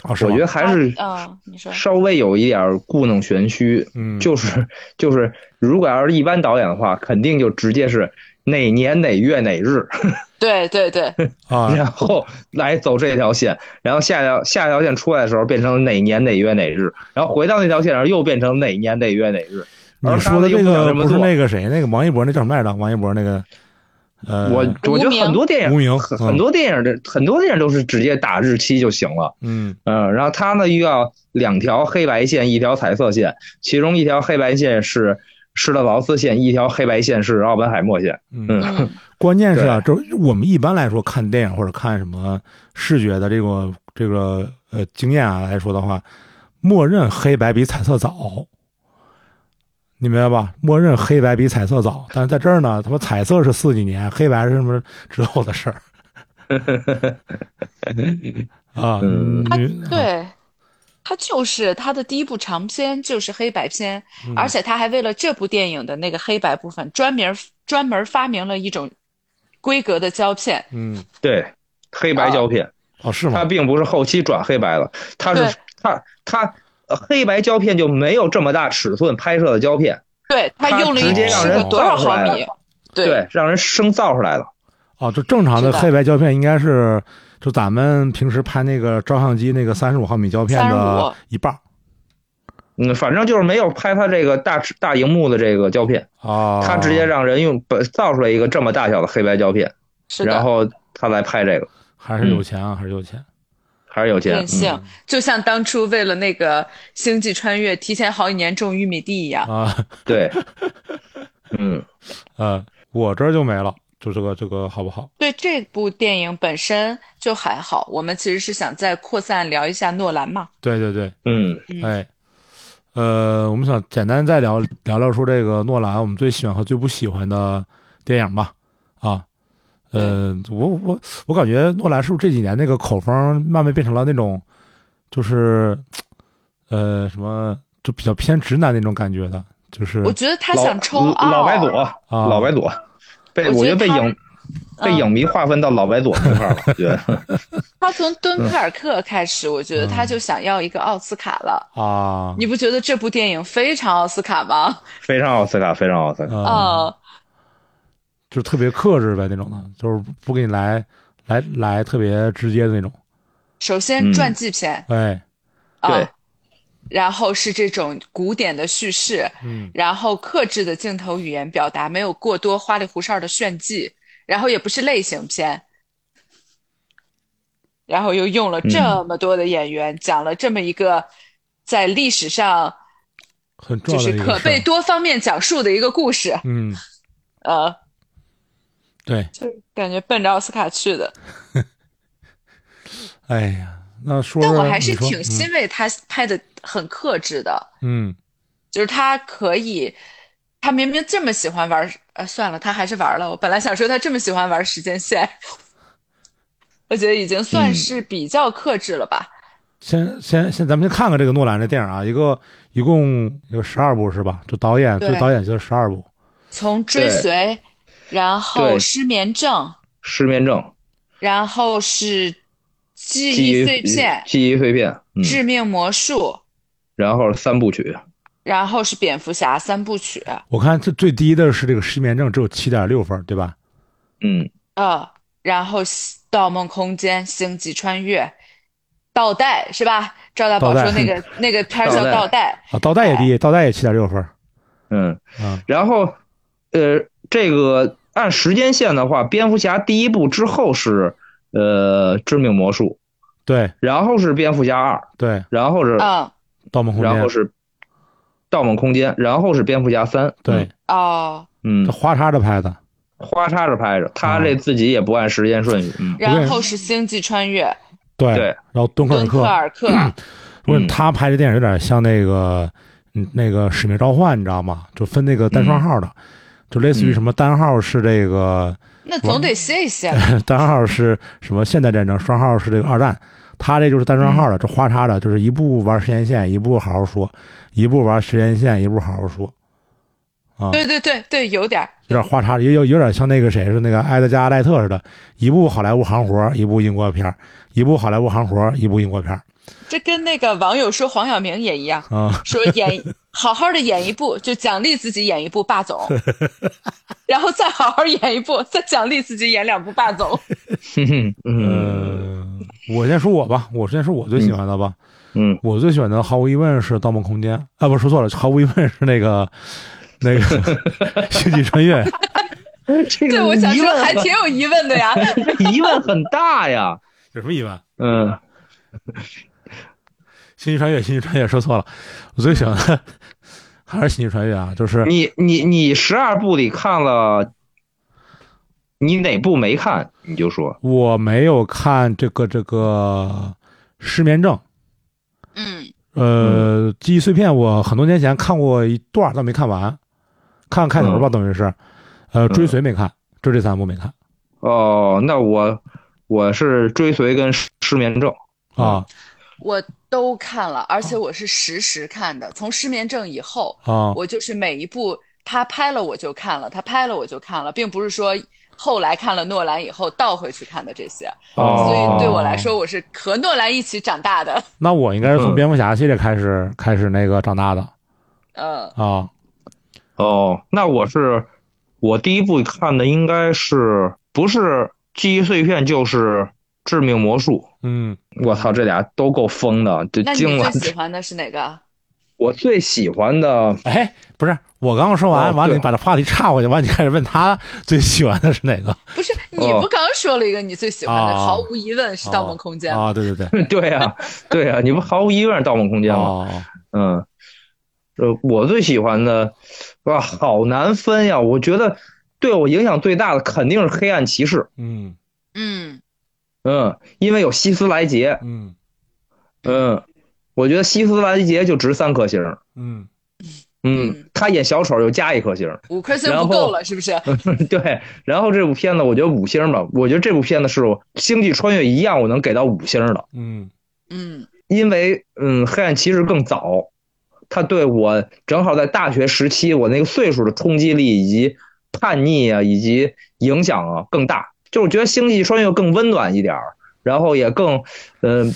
C: 哦，是
A: 我
C: 吗
A: 觉得还是
B: 他嗯，你说，
A: 稍微有一点故弄玄虚，
C: 嗯，
A: 就是就是，如果要是一般导演的话，肯定就直接是哪年哪月哪日，
B: 对对对，
C: 啊，
A: 然后来走这条线，然后下一条下一条线出来的时候变成哪年哪月哪日，然后回到那条线上又变成哪年哪月哪日。
C: 你说的
A: 而他们又
C: 这
A: 不想
C: 个
A: 这么
C: 不是
A: 做
C: 那个谁，那个王一博那叫什么来着？王一博那个，呃，
A: 我我觉得
B: 嗯无名
A: 很多电
C: 无
A: 影，
C: 名
A: 很
C: 嗯
A: 很多电影的很多电影都是直接打日期就行了。
C: 嗯
A: 嗯，然后它呢又要两条黑白线，一条彩色线，其中一条黑白线是施特劳斯线一条黑白线是奥本海默线。
C: 嗯，
A: 嗯，
B: 嗯，
C: 关键是啊，就是我们一般来说看电影或者看什么视觉的这个这个呃经验啊来说的话，默认黑白比彩色早，你明白吧？默认黑白比彩色早，但是在这儿呢，他妈彩色是四几年，黑白是什么之后的事儿啊？
A: 嗯
B: 他
C: 你，
B: 对，他就是他的第一部长片就是黑白片，
C: 嗯
B: 而且他还为了这部电影的那个黑白部分，专门专门发明了一种规格的胶片。
C: 嗯，
A: 对，黑白胶片，
C: 哦，是吗
A: 它？并不是后期转黑白了，它是
B: 对
A: 它它呃黑白胶片就没有这么大尺寸拍摄的胶片，
B: 对他
A: 他
B: 用了一
A: 直
C: 接让
B: 是
C: 人
B: 个多少
A: 造出
B: 毫
A: 来
B: 米？对，
A: 对，让人生造出来了。
C: 哦，就正常的
B: 是的
C: 黑白胶片应该是就咱们平时拍那个照相机那个三十五毫米胶片的
B: 35
C: 一半儿
A: 嗯，反正就是没有拍它这个大尺大荧幕的这个胶片，
C: 啊，
A: 它直接让人用本造出来一个这么大小的黑白胶片，
B: 是
A: 然
B: 的，
A: 后他来拍这个，
C: 还是有钱啊，还是有钱。
A: 还是有钱
B: 任。性，就像当初为了那个《星际穿越》提前好几年种玉米地一样。
C: 啊，
A: 嗯对，嗯，
C: 呃，我这儿就没了，就这个这个好不好？
B: 对这部电影本身就还好，我们其实是想再扩散聊一下诺兰嘛。
C: 对对对，
A: 嗯，
B: 嗯
C: 哎，呃，我们想简单再聊聊聊说这个诺兰我们最喜欢和最不喜欢的电影吧，啊，呃，我我我感觉诺兰是不是这几年那个口风慢慢变成了那种，就是，呃，什么就比较偏直男那种感觉的，就是
B: 我觉得他
A: 嗯老
B: 想冲奥，
A: 老白左，
C: 啊
A: 老白左，被
B: 我
A: 我
B: 觉
A: 觉
B: 得
A: 得被
B: 他
A: 影被
B: 嗯
A: 影迷划分到老白左那块儿了，我觉得。
B: 他从敦刻尔克开始，我觉得他
C: 嗯
B: 就想要一个奥斯卡了。
C: 啊，
B: 你不觉得这部电影非常奥斯卡吗？
A: 非常奥斯卡，非常奥斯卡。
C: 啊，
B: 啊，
C: 就特别克制呗那种的，就是不给你来来来特别直接的那种，
B: 首先
A: 嗯
B: 传记片
C: 哎，
A: 对
B: 啊，然后是这种古典的叙事，
C: 嗯
B: 然后克制的镜头语言表达，没有过多花里胡哨的炫技，然后也不是类型片，然后又用了
C: 嗯
B: 这么多的演员，讲了这么一个在历史上
C: 很重
B: 就
C: 要的
B: 是
C: 一个
B: 可
C: 事儿
B: 被多方面讲述的一个故事，
C: 嗯，
B: 呃，
C: 对。
B: 感觉奔着奥斯卡去的。
C: 哎呀，那说
B: 但
C: 说，
B: 我还是
C: 你说
B: 挺欣
A: 嗯
B: 慰他拍的很克制的，
C: 嗯
B: 就是他可以，他明明这么喜欢玩，呃，算了，他还是玩了。我本来想说他这么喜欢玩时间线，我觉得已经
A: 嗯
B: 算是比较克制了吧。
C: 嗯，先先先，咱们先看看这个诺兰这电影啊，一个一共有十二部是吧？就导演
B: 对
C: 就导演就十二部，
B: 从追随，然后
A: 对
B: 失眠症，
A: 失眠症、
B: 然后是记
A: 记
B: 忆
A: 忆
B: 碎片、
A: 记 E 忆碎片，嗯，
B: 致命魔术，
A: 然后三部曲，
B: 然后是蝙蝠侠三部曲。
C: 我看这最低的是这个失眠症，只有七点六分，对吧？
A: 嗯，
B: 呃，然后西《盗梦空间》《星际穿越》倒带是吧？赵大宝
C: 倒
B: 说
C: 带
B: 那 个那个片儿叫
A: 倒带
B: 倒带，
C: 啊，倒带也低，倒带也七点六分
A: 嗯，
C: 啊，
A: 然后，呃，这个按时间线的话，蝙蝠侠第一部之后是呃致命魔术，
C: 对
A: 然后是蝙蝠侠二，
C: 对，《
A: 然后是、
B: 嗯，
C: 盗梦空间
A: 然》后是盗梦空间，然后是蝙蝠侠三，
C: 对，
B: 哦，
A: 嗯，
C: 这
A: 嗯，
C: 花插着拍的，
A: 花插着拍着，他这自己也不按时间顺序，嗯，
B: 然后是《星际穿越》
C: 对
A: 对嗯
C: 然后敦刻尔
B: 敦刻
C: 克，
B: 尔克，
C: 不是他拍的电影有点像那个，嗯，那个《使命召唤》，你知道吗？就分那个单双号的，
B: 嗯
C: 就类似于什么单号是这个。
B: 那总得歇一 歇吧。
C: 单号是什么现代战争，双号是这个二战，他这就是单双号的，这花插的，就是一步玩时间线，一步好好说，一步玩时间线，一步好好说，啊，
B: 对对对对，有点儿
C: 有点花插，也有有点像那个谁是那个埃德加·赖特似的，一部好莱坞行活，一部英国片儿一部好莱坞行活，一部英国片儿
B: 这跟那个网友说黄晓明也一样，
C: 啊，
B: 说演 好好的演一部，就奖励自己演一部霸总， 然后再好好演一部，再奖励自己演两部霸 总。
A: 哼哼，嗯
C: 呃，我先说我吧，我先说我最喜欢的吧，
B: 呃
A: 嗯
C: 我最喜欢的毫无疑问是《盗梦空间》啊，不说错了，毫无疑问是那个那个星际穿越。
A: 嗯，这
B: 对，我想说还挺有疑问的 呀。
A: 疑问很大呀。
C: 有什么疑问？
A: 嗯
C: 星际穿越，星际穿越说错了，我最喜欢的还 还是《星际穿越》啊， 就是
A: 你你你十二部里看了，你哪部没看？你就说
C: 我没有看这个这个失眠症，
B: 嗯，
C: 呃，记忆碎片我很多年前看过一段儿，但没看完，看开
B: 嗯
C: 头吧，等于是，呃，追随没看，就这三部没看
A: 哦，那我我是追随跟失失眠症，
C: 啊
B: 我都看了，而
A: 哦
B: 且我是实时看的。从失眠症以后，
C: 啊
B: 我就是每一部他拍了我就看了，他拍了我就看了，并不是说后来看了诺兰以后倒回去看的这些。
A: 哦
B: 所以对我来，说，我是和诺兰一起长大的。
C: 那我应该是从
A: 嗯
C: 蝙蝠侠系列开始开始那个长大的
B: 嗯，
C: 啊，
A: 哦，那我是我第一部看的应该是不是记忆碎片就是致命魔术。
C: 嗯
A: 我操，这俩都够疯的，就
B: 那你
A: 惊了
B: 最。喜欢的是哪个？
A: 我最喜欢的
C: 哎，不是，我刚刚说
A: 哦
C: 完，完了
A: 对
C: 你把这话题岔过去，完了你开始问他最喜欢的是哪个
B: 不
A: 哦
B: 是你不刚说了一个你最喜欢的？
C: 哦
B: 毫无疑问是《盗梦空间》
A: 哦
B: 吗。
C: 啊？对对对，
A: 对呀、对呀、你不毫无疑问是《盗梦空间》吗？
C: 哦，
A: 嗯，呃，我最喜欢的，哇，好难分呀！我觉得对我影响最大的肯定是《黑暗骑士》，
C: 嗯
B: 嗯，
A: 嗯，因为有希斯莱杰，
C: 嗯
A: 嗯，我觉得希斯莱杰就值三颗星，
C: 嗯
A: 嗯，他演小丑又加一颗星，
B: 五颗星
A: 然后
B: 不够了，是不是？
A: 对。然后这部片子我觉得五星吧，我觉得这部片子是我《星际穿越》一样，我能给到五星的。
C: 嗯
B: 嗯
A: 因为嗯，黑暗骑士更早，它对我正好在大学时期我那个岁数的冲击力以及叛逆啊，以及影响啊更大。就是觉得星际穿越更温暖一点儿，然后也更嗯、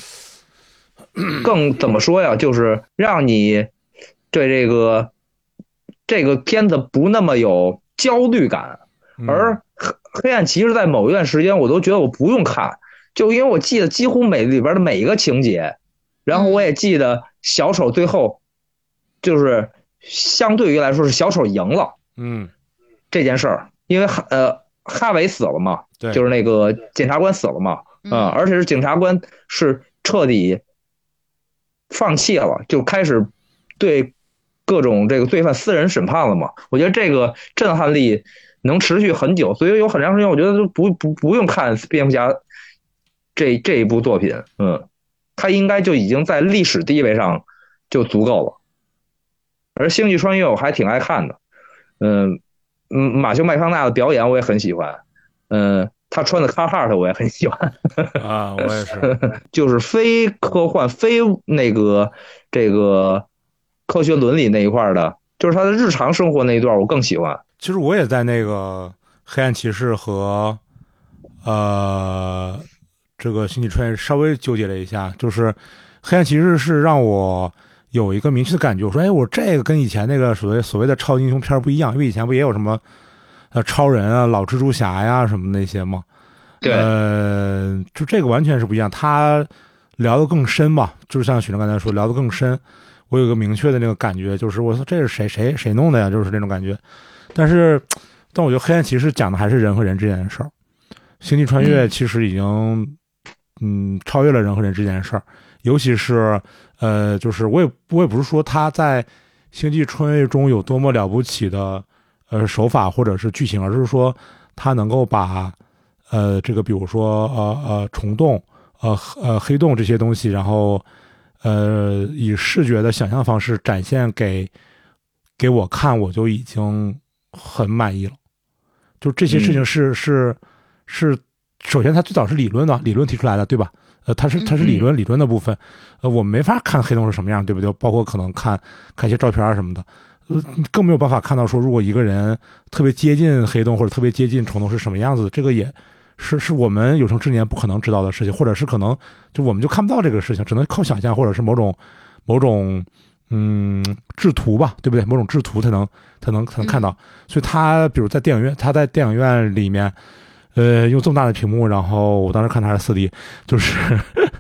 A: 更怎么说呀？就是让你对这个这个片子不那么有焦虑感。
C: 嗯，
A: 而黑黑暗骑士在某一段时间，我都觉得我不用看，就因为我记得几乎每里边的每一个情节，然后我也记得小丑最后就是相对于来说是小丑赢了
C: 嗯
A: 这件事儿，因为哈呃哈维死了嘛，
C: 对，
A: 就是那个检察官死了嘛，
B: 嗯
A: 嗯，而且是检察官是彻底放弃了，就开始对各种这个罪犯私人审判了嘛。我觉得这个震撼力能持续很久，所以有很长时间我觉得都不不不用看蝙蝠侠这这一部作品，嗯，他应该就已经在历史地位上就足够了。而星际穿越我还挺爱看的，嗯嗯，马修麦康纳的表演我也很喜欢，嗯，他穿的卡哈特我也很喜欢。
C: 啊，我也是，
A: 就是非科幻、非那个这个科学伦理那一块儿的，就是他的日常生活那一段，我更喜欢。
C: 其实我也在那个黑暗骑士和呃这个星际穿越稍微纠结了一下，就是黑暗骑士是让我有一个明确的感觉，我说哎，我这个跟以前那个所谓所谓的超级英雄片儿不一样，因为以前不也有什么呃超人啊、老蜘蛛侠呀、什么那些吗？
A: 对，
C: 呃，就这个完全是不一样，他聊得更深吧，就是像许亮刚才说，聊得更深。我有个明确的那个感觉，就是我说这是谁谁谁弄的呀，就是那种感觉。但是，但我觉得黑暗骑士讲的还是人和人之间的事儿，星际穿越其实已经嗯超越了人和人之间的事儿，尤其是呃，就是我也我也不是说他在星际穿越中有多么了不起的呃手法或者是剧情，而是说他能够把呃，这个比如说呃呃虫洞、呃黑呃黑洞这些东西，然后呃以视觉的想象方式展现给给我看，我就已经很满意了。就这些事情是、是是，首先它最早是理论的，理论提出来的，对吧？呃，它是它是理论理论的部分，呃，我们没法看黑洞是什么样，对不对？包括可能看看一些照片啊什么的，呃，更没有办法看到说，如果一个人特别接近黑洞或者特别接近虫洞是什么样子的，这个也是是我们有生之年不可能知道的事情，或者是可能就我们就看不到这个事情，只能靠想象或者是某种某种嗯制图吧，对不对？某种制图才能才能才
B: 嗯
C: 能看到。所以他比如在电影院，他在电影院里面，呃，用这么大的屏幕，然后我当时看他是四 D，就是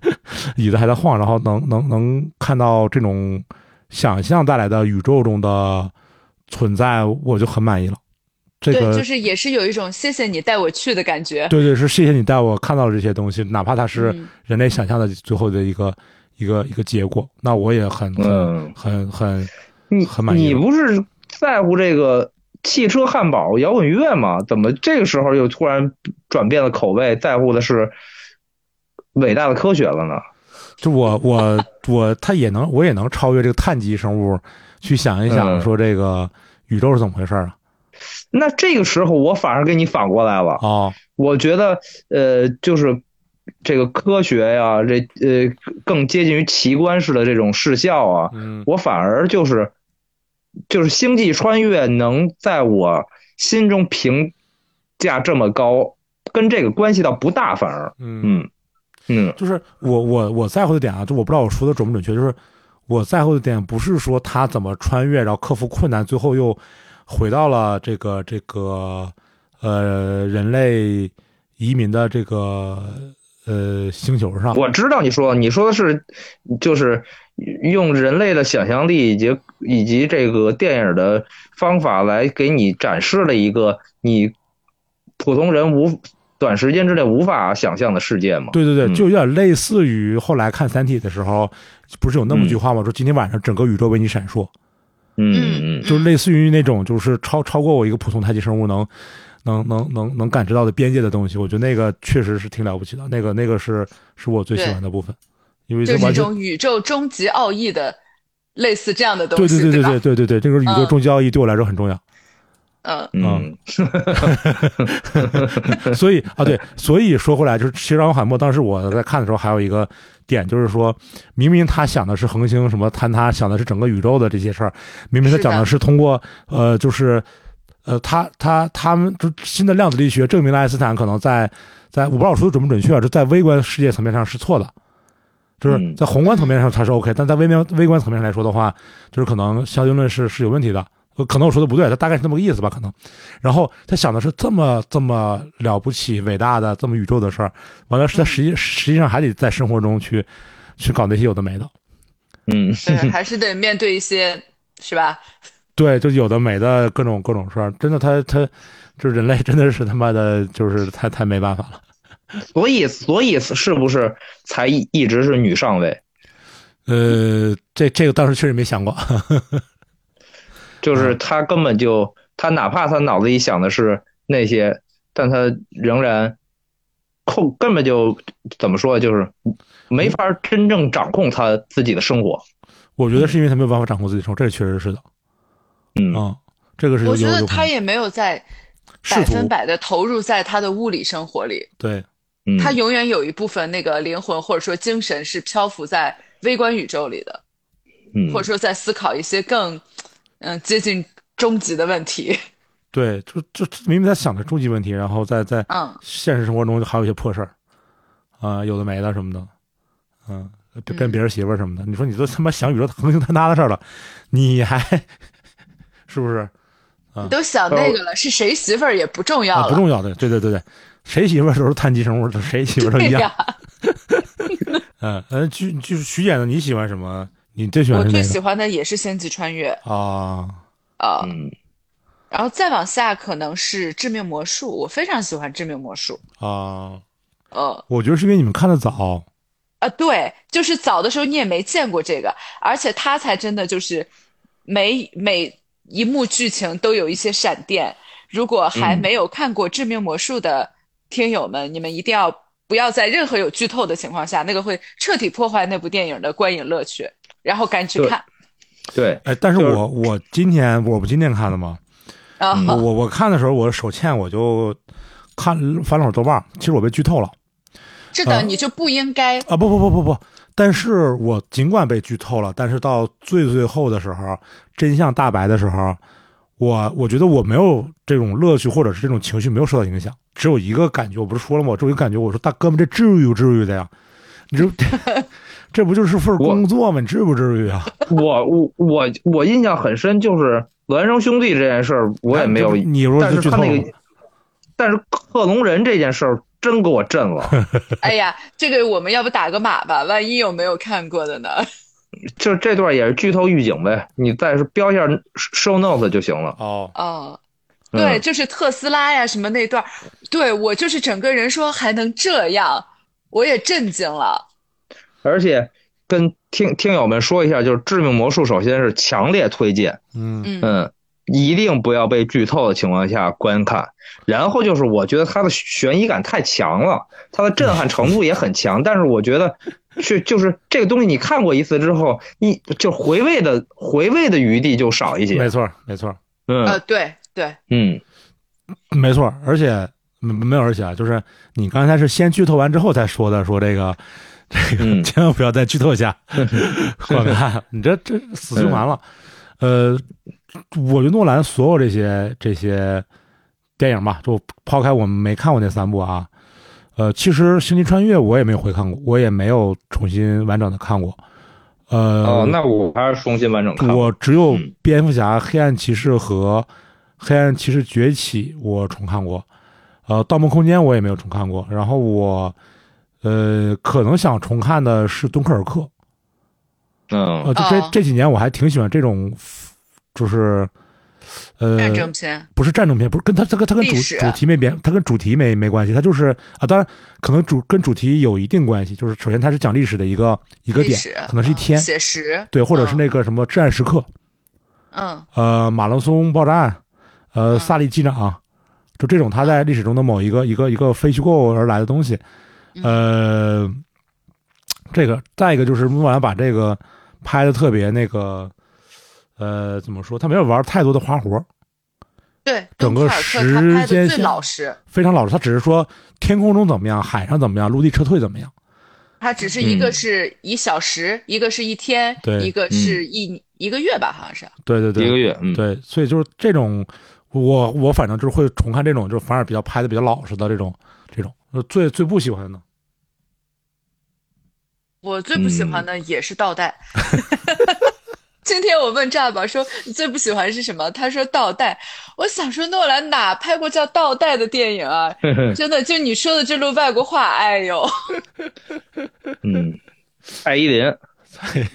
C: 椅子还在晃，然后能能能看到这种想象带来的宇宙中的存在，我就很满意了。这
B: 对
C: 个，
B: 就是也是有一种谢谢你带我去的感 觉。
C: 对对，是谢谢你带我看到了这些东西，哪怕它是
B: 嗯
C: 人类想象的最后的一个、一个一个结果，那我也很很
A: 嗯，
C: 很很
A: 你
C: 很满意
A: 你不是在乎这个汽车、汉堡、摇滚乐吗？怎么这个时候又突然转变了口味，在乎的是伟大的科学了呢？
C: 就我我我，他也能，我也能超越这个碳基生物，去想一想
A: 嗯
C: 说这个宇宙是怎么回事儿啊？
A: 那这个时候我反而跟你反过来了，
C: 哦，
A: 我觉得呃，就是这个科学呀、这呃更接近于奇观式的这种视效啊，
C: 嗯
A: 我反而就是就是《星际穿越》能在我心中评价这么高，跟这个关系倒不大，反而
C: 嗯，
A: 嗯嗯
C: 就是我我我在乎的点啊，就我不知道我说的准不准确，就是我在乎的点不是说他怎么穿越，然后克服困难，最后又回到了这个这个呃人类移民的这个呃星球上。
A: 我知道你说你说的是就是用人类的想象力以及以及这个电影的方法来给你展示了一个你普通人无短时间之内无法想象的世界嘛。
C: 对对对，
A: 嗯
C: 就有点类似于后来看《三体》的时候，不是有那么
A: 嗯
C: 句话吗？说今天晚上整个宇宙为你闪烁，
A: 嗯嗯
C: 就类似于那种就是超超过我一个普通太极生物能能能能能感知到的边界的东西。我觉得那个确实是挺了不起的，那个那个是是我最喜欢的部分，因为
B: 就是
C: 完
B: 一
C: 全
B: 种宇宙终极奥义的类似这样的东
C: 对
B: 西，
C: 对对
B: 吧？
C: 对对对对，这个宇宙
B: 嗯
C: 终极奥义对我来说很 重要。
B: 嗯，
A: 嗯
C: 所以啊，对，所以说回来就是，其实奥本海默当时我在看的时候，还有一个点就是说，明明他想的是恒星什么坍塌，想的是整个宇宙的这些事儿，明明他
B: 是的
C: 讲的是通过呃，就是呃，他他他们就新的量子力学证明了爱因斯坦可能在在我不知道我说的准不准确啊，就在微观世界层面上是错的。就是
A: 嗯
C: 在宏观层面上它是 OK，、但在微妙微观层面上来说的话，就是可能相对论是是有问题的，呃可能我说的不对，他大概是这么个意思吧，可能。然后他想的是这么这么了不起、伟大的这么宇宙的事儿，完了是他实际实际上还得在生活中去去搞那些有的没的，
A: 嗯
B: 对，还是得面对一些，是吧？
C: 对，就有的没的各种各种事儿，真的他他就是人类真的是他妈的就是太太没办法了，
A: 所以，所以是不是才一一直是女上位？
C: 呃，这这个当时确实没想过，
A: 就是
C: 嗯
A: 她根本就，她哪怕她脑子里想的是那些，但她仍然控，根本就怎么说，就是没法真正掌控她自己的生活。
C: 我觉得是因为他没有办法掌控自己的生活，这确实是的，
A: 嗯
C: 啊、这个是有
B: 我觉
C: 有
B: 得
C: 有
B: 他也没有在
C: 试
B: 百
C: 图
B: 分百的投入在他的物理生活里，
C: 对。
A: 嗯，
B: 他永远有一部分那个灵魂或者说精神是漂浮在微观宇宙里的，
A: 嗯
B: 或者说在思考一些更嗯接近终极的问题。
C: 对，就就明明在想着终极问题，然后在在
B: 嗯，
C: 现实生活中还有一些破事儿，啊、有的没的什么的，嗯、跟跟别人媳妇儿什么的，你说你都他妈想宇宙恒星坍塌的事儿了，你还 是不是
B: 你都想那个了，是谁媳妇儿也不重要
C: 啊？
B: 了，
C: 不重要的，对对对对，谁媳妇儿都是碳基生物，谁媳妇儿都一
B: 对
C: 样
B: 呀。。
C: 嗯嗯，徐就是徐姐呢，你喜欢什么？你最喜
B: 我
C: 欢是
B: 最
C: 哪
B: 喜
C: 个？
B: 欢的也是《星际穿越》
C: 啊，
B: 啊、
A: 嗯
B: 然后再往下可能是《致命魔术》，我非常喜欢《致命魔术》。
C: 啊，
B: 嗯
C: 我觉得是因为你们看的早，
B: 啊，对，就是早的时候你也没见过这个，而且他才真的就是每每一幕剧情都有一些闪电。如果还
A: 嗯
B: 没有看过《致命魔术》的听友们，你们一定要不要在任何有剧透的情况下，那个会彻底破坏那部电影的观影乐趣，然后赶紧去
A: 对
B: 看。
A: 对，
C: 哎，但是
A: 就是
C: 我我今天我不今天看的吗？
B: 啊，
A: 嗯
C: 我我我看的时候，我手欠我就看翻了会儿豆瓣儿，其实我被剧透了
B: 是的，
C: 啊
B: 你就不应该
C: 啊！不不不不不，但是我尽管被剧透了，但是到最最后的时候，真相大白的时候，我我觉得我没有这种乐趣或者是这种情绪没有受到影响，只有一个感觉，我不是说了吗？我只有一个感觉，我说大哥们，这至于不至于的呀？你这 这不就是份儿
A: 我
C: 工作吗？你至不至于啊？
A: 我我我我印象很深，就是孪生兄弟这件事儿，我也没有，
C: 哎你如果
A: 但
C: 是
A: 是
C: 剧
A: 他
C: 透
A: 那
C: 了
A: 个，但是克隆人这件事儿真给我震了。
B: 哎呀，这个我们要不打个码吧？万一有没有看过的呢？
A: 就这段也是剧透预警呗，你再标一下 show notes 就行了。
C: 哦，
B: 哦，
A: 嗯
B: 对，就是特斯拉呀什么那段儿，对我就是整个人说还能这样，我也震惊了。
A: 而且跟听听友们说一下，就是《致命魔术》，首先是强烈推荐，
C: 嗯
B: 嗯
A: 嗯，一定不要被剧透的情况下观看。然后就是我觉得它的悬疑感太强了，它的震撼程度也很强，但是我觉得是就是这个东西你看过一次之后，你就回味的回味的余地就少一
C: 没
A: 些。
C: 错儿没错儿
B: 呃
A: 嗯
B: 对对，
A: 嗯，
C: 没错儿，而且没没有而且啊，就是你刚才是先剧透完之后才说的，说这个 这个
A: 嗯
C: 千万不要在剧透 下观看，你这这死循环了。呃，我觉得诺兰所有这些这些电影吧，就抛开我们没看过那三部啊，呃，其实《星际穿越》我也没有回看过，我也没有重新完整的看过。呃，
A: 哦，那我还是重新完整看。
C: 我只有
A: 嗯
C: 蝙蝠侠、黑暗骑士和黑暗骑士崛起我重看过，呃，盗梦空间我也没有重看过。然后我呃，可能想重看的是敦刻尔克。
A: 嗯
C: 呃，就这
B: 哦
C: 这几年我还挺喜欢这种，就是呃，
B: 战争片，
C: 不是战争片，不是跟它它跟它跟主
B: 历史
C: 主题没边，它跟主题没没关系，它就是啊，当然可能主跟主题有一定关系，就是首先它是讲历史的一个一个
B: 历
C: 点
B: 史，
C: 可能是一
B: 嗯
C: 天，
B: 写实，
C: 对，或者是
B: 嗯
C: 那个什么至暗时刻，
B: 嗯
C: 呃，马拉松爆炸案，呃，
B: 嗯
C: 萨利机长，就这种他在历史中的某一个一个一个非虚构而来的东西，
A: 嗯
C: 呃，这个再一个就是诺兰把这个拍的特别那个，呃，怎么说？他没有玩太多的花活，
B: 对，
C: 整
B: 敦
C: 个
B: 刻尔克他拍
C: 时间
B: 的最
C: 线
B: 老实，
C: 非常老实。他只是说天空中怎么样，海上怎么样，陆地撤退怎么样。
B: 它只是一个
A: 嗯
B: 是一小时，一个是一天，
C: 对嗯
B: 一个是一一个月吧，好像是。
C: 对对对，
A: 一个月，嗯，
C: 对， 所以就是这种，我我反正就是会重看这种，就是反而比较拍的比较老实的这种这种，呃最最不喜欢的呢。
B: 我最不喜
A: 嗯
B: 欢的也是倒 带。今天我问战宝说你最不喜欢是什么？他说倒带。我想说诺兰哪拍过叫倒带的电影啊？真的，就你说的这路外国话，哎呦，
A: 嗯，蔡依林，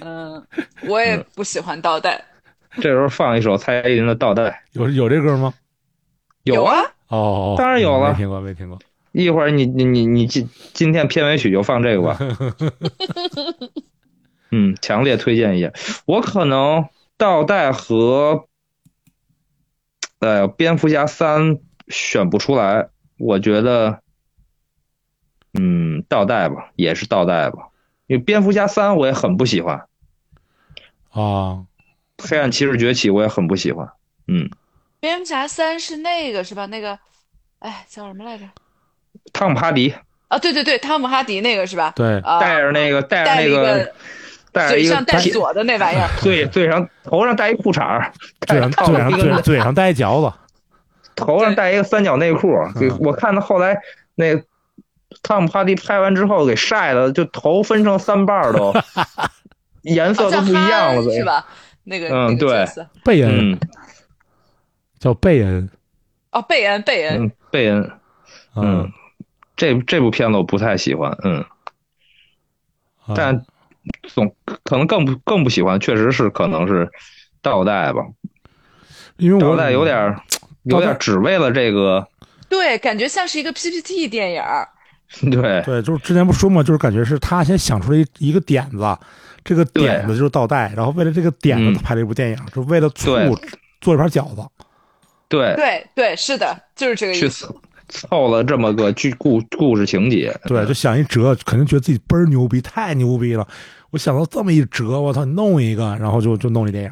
B: 嗯，我也不喜欢倒带。
A: 这时候放一首蔡依林的《倒带》。
C: 有有这歌吗？
B: 有
A: 啊，
C: 哦，
A: 当然有了
C: 没听过，没听过。
A: 一会儿你你你你今今天片尾曲就放这个吧。嗯，强烈推荐一下。我可能倒带和，呃，蝙蝠侠三选不出来。我觉得，嗯，倒带吧，也是倒带吧。因为蝙蝠侠三我也很不喜欢，
C: 啊，
A: 黑暗骑士崛起我也很不喜欢。嗯，
B: 蝙蝠侠三是那个是吧？那个，哎，叫什么来着？
A: 汤姆哈迪
B: 啊，对对对，汤姆哈迪那个是吧？
C: 对，
B: 啊，
A: 带着那个、带
B: 带
A: 着那
B: 个
A: 带着
B: 嘴
A: 一个
B: 上带
A: 铁
B: 锁的那 玩意儿。
A: 对，对上头上戴一裤衩 儿，
C: 嘴上
A: 套
C: 嘴
A: 了
C: 上
A: 一个
C: 嘴嘴上带一嚼子，
A: 头上戴一个三角内裤儿。
C: 对
A: 给我看他后来那个汤姆哈迪拍完之后给晒的，就头分成三瓣儿 都，颜色
B: 哦，
A: 都
B: 叫
A: 不一样了
B: 憨
A: 都。
B: 是吧？那个
A: 嗯
B: 那个角色
C: 贝恩、
A: 嗯
C: 叫贝恩，
B: 哦，贝恩贝恩，
A: 嗯，贝恩，嗯，这这部片子我不太喜欢，嗯，
C: 啊，
A: 但总可能更不更不喜欢，确实是可能是倒带吧，
C: 因为
A: 倒
C: 我
A: 带有点儿有点儿只为了这个，
B: 对，感觉像是一个 PPT 电影儿。
A: 对，
C: 对，就是之前不说嘛，就是感觉是他先想出了一一个点子，这个
A: 对
C: 点子就是倒带，然后为了这个点子
A: 嗯
C: 他拍了一部电影，就为了醋
A: 对
C: 做一盘饺子，
A: 对，
B: 对对，是的，就是这个
A: 去
B: 意思。
A: 凑凑了这么个剧故故事情节，
C: 对，就想一折，肯定觉得自己倍儿牛逼，太牛逼了。我想到这么一折，我操，你弄一个，然后就就弄了一电影。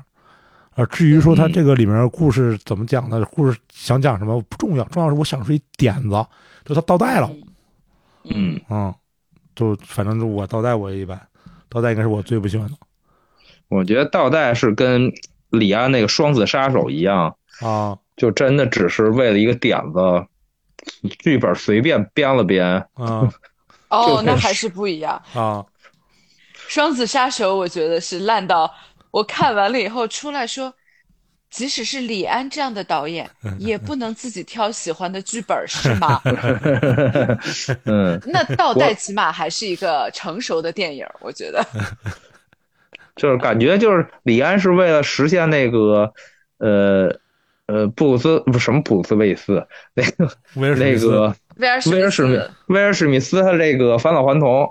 C: 啊，至于说他
A: 嗯
C: 这个里面故事怎么讲呢？故事想讲什么不重要，重要是我想出一点子，就他倒带了，
A: 嗯。
C: 嗯，就反正就我倒带我也一般，倒带应该是我最不喜欢的
A: 我觉得倒带是跟李安那个《双子杀手》一样，
C: 啊
A: 就真的只是为了一个点子，剧本随便编了编。
C: 啊
B: 哦
A: 就，
B: 那
A: 是
B: 还是不一样。
C: 啊！
B: 双子杀手，我觉得是烂到我看完了以后出来说，即使是李安这样的导演，也不能自己挑喜欢的剧本，是 吗？
A: 嗯，
B: 那倒带起码还是一个成熟的电影，我觉得。
A: 就是感觉就是李安是为了实现那个，呃呃，布鲁斯不是什么布鲁斯威利斯，那个
C: 威尔史密
A: 那
C: 斯
A: 个
B: 威尔史
A: 威尔史密
B: 密斯
A: 威尔史密斯他这个返老还童，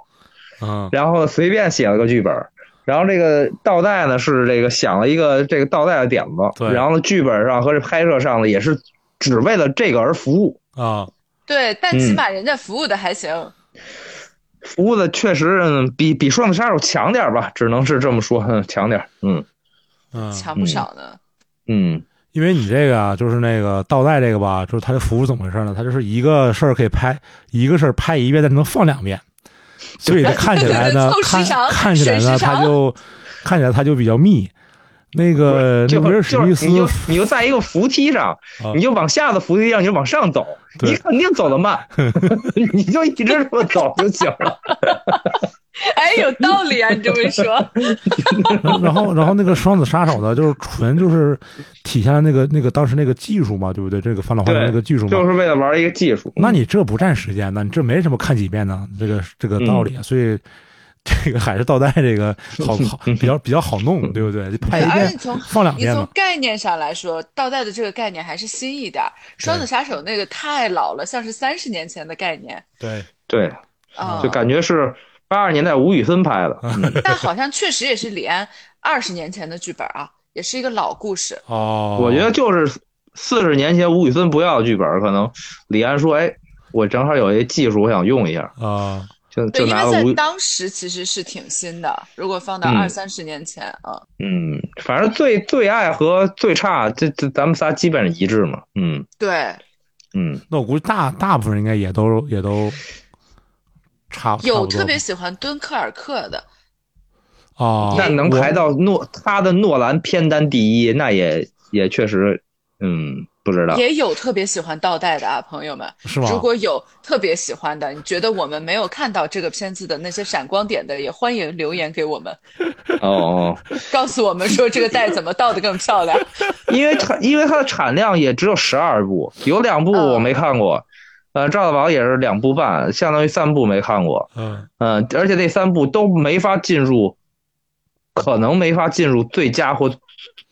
C: 嗯
A: 然后随便写了个剧本，然后这个倒带呢是这个想了一个这个倒带的点子，
C: 对
A: 然后呢剧本上和这拍摄上呢也是只为了这个而服务，
C: 啊，
B: 对，但起
A: 嗯
B: 码人家服务的还行。
A: 服务的确实嗯比比《双子杀手》强点儿吧，只能是这么说，嗯，强点儿，嗯
C: 嗯，
B: 强不少呢。
A: 嗯，
C: 因为你这个啊，就是那个倒带这个吧，就是它的服务怎么回事呢？它就是一个事儿可以拍一个事儿拍一遍，但是能放两遍，所以它看起来呢
B: 凑，时
C: 看
B: 长
C: 看起来
B: 水
C: 呢，
B: 时长
C: 它就看起来它就比较密。那个那
A: 就
C: 威尔史
A: 就
C: 密
A: 是
C: 斯
A: 你就你就在一个扶梯上
C: 啊，
A: 你就往下的扶梯上你就往上走，
C: 对
A: 你肯定走得 慢，你就一直这么走就行了。
B: 哎，有道理啊，你这么说。
C: 然后，然后那个双子杀手呢，就是纯就是体现了那个那个当时那个技术嘛，对不对？这个翻老花
A: 对
C: 的那个技术嘛。
A: 就是为了玩一个技术。
C: 那你这不占时间呢？你这没什么看几遍呢？这个这个道
A: 嗯
C: 理，啊所以这个还是倒带这个好好
A: 嗯
C: 比较比较好弄，对不对？就拍一
B: 而且
C: 遍
B: 你从
C: 放两
B: 你
C: 遍
B: 从
C: 嘛。
B: 概念上来说，倒带的这个概念还是新一点儿。双子杀手那个太老了，像是三十年前的概念
C: 对，
A: 对，
B: 啊。
A: 就感觉是八十年代吴宇森拍的，
B: 但好像确实也是李安二十年前的剧本啊，也是一个老故事。
C: 哦，
A: 我觉得就是四十年前吴宇森不要的剧本，可能李安说：“哎，我正好有一技术，我想用一下。
C: 啊，
A: 就”
B: 对，
A: 就
B: 因
A: 拿了吴
B: 为在
A: 宇，
B: 当时其实是挺新的，如果放到
A: 嗯
B: 二三十年前啊，
A: 嗯，反正最最爱和最差，这这咱们仨基本上一致嘛。嗯
B: 对，
A: 嗯，
C: 那我估计大大部分人应该也都也都差差
B: 有
C: 不多
B: 特别喜欢敦刻尔克的，
C: 哦，
A: 那能
C: 我
A: 排到诺他的诺兰片单第一，那也也确实，嗯，不知道。
B: 也有特别喜欢倒带的啊，朋友们。
C: 是吗？
B: 如果有特别喜欢的，你觉得我们没有看到这个片子的那些闪光点的，也欢迎留言给我们，
A: 哦哦，
B: 告诉我们说这个带怎么倒的更漂 亮。
A: 因为它因为它的产量也只有十二部，有两部我没看过，呃，《赵大宝》也是两部半，相当于三部没看过，
C: 嗯
A: 嗯、而且那三部都没法进入，可能没法进入最佳或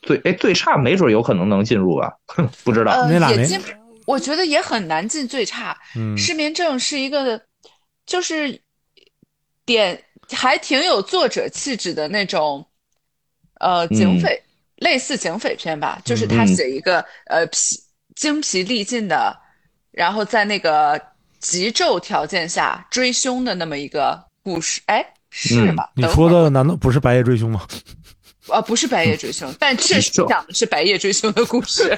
A: 最哎最差，没准有可能能进入吧， 不知道。
B: 呃
C: 那俩，没
B: 也进，我觉得也很难进最差。
C: 嗯，
B: 失眠症是一个，就是点还挺有作者气质的那种，呃，
C: 嗯
B: 警匪、类似警匪片吧，就是他
A: 嗯
B: 写一个、呃疲精疲力尽的，然后在那个极昼条件下追凶的那么一个故事，哎，是
A: 嗯
B: 吧？
C: 你
B: 等
C: 说
B: 会儿
C: 的难道不是《白夜追凶》吗？
B: 呃不是白夜追凶，但确
C: 嗯
B: 实
A: 极昼
B: 讲的是白夜追凶的故事。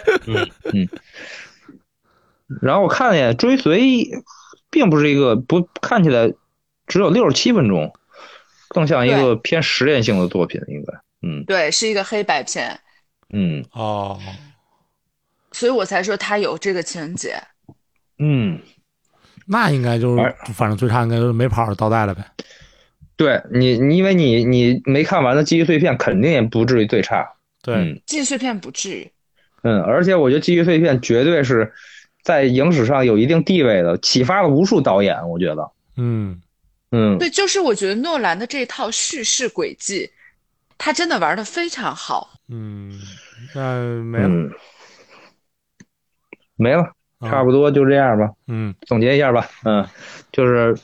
A: 然后我看了一眼《追随》，并不是一个不看起来只有六十七分钟，更像一个偏实验性的作品，应该。嗯
B: 对，是一个黑白片，
A: 嗯
C: 哦，
B: 所以我才说它有这个情节。
A: 嗯，
C: 那应该就是
A: 而
C: 反正最差应该就是没跑儿倒带了呗。
A: 对你，你因为你你没看完的记忆碎片，肯定也不至于最差。
C: 对，
A: 嗯
B: 进碎片不至于。
A: 嗯，而且我觉得记忆碎片绝对是在影史上有一定地位的，启发了无数导演。我觉得，
C: 嗯，
A: 嗯，
B: 对，就是我觉得诺兰的这套叙事轨迹，他真的玩的非常好。
C: 嗯，那没了，
A: 嗯，没了，
C: 啊
A: 嗯差不多就这样吧。
C: 嗯
A: 总结一下吧，嗯，就是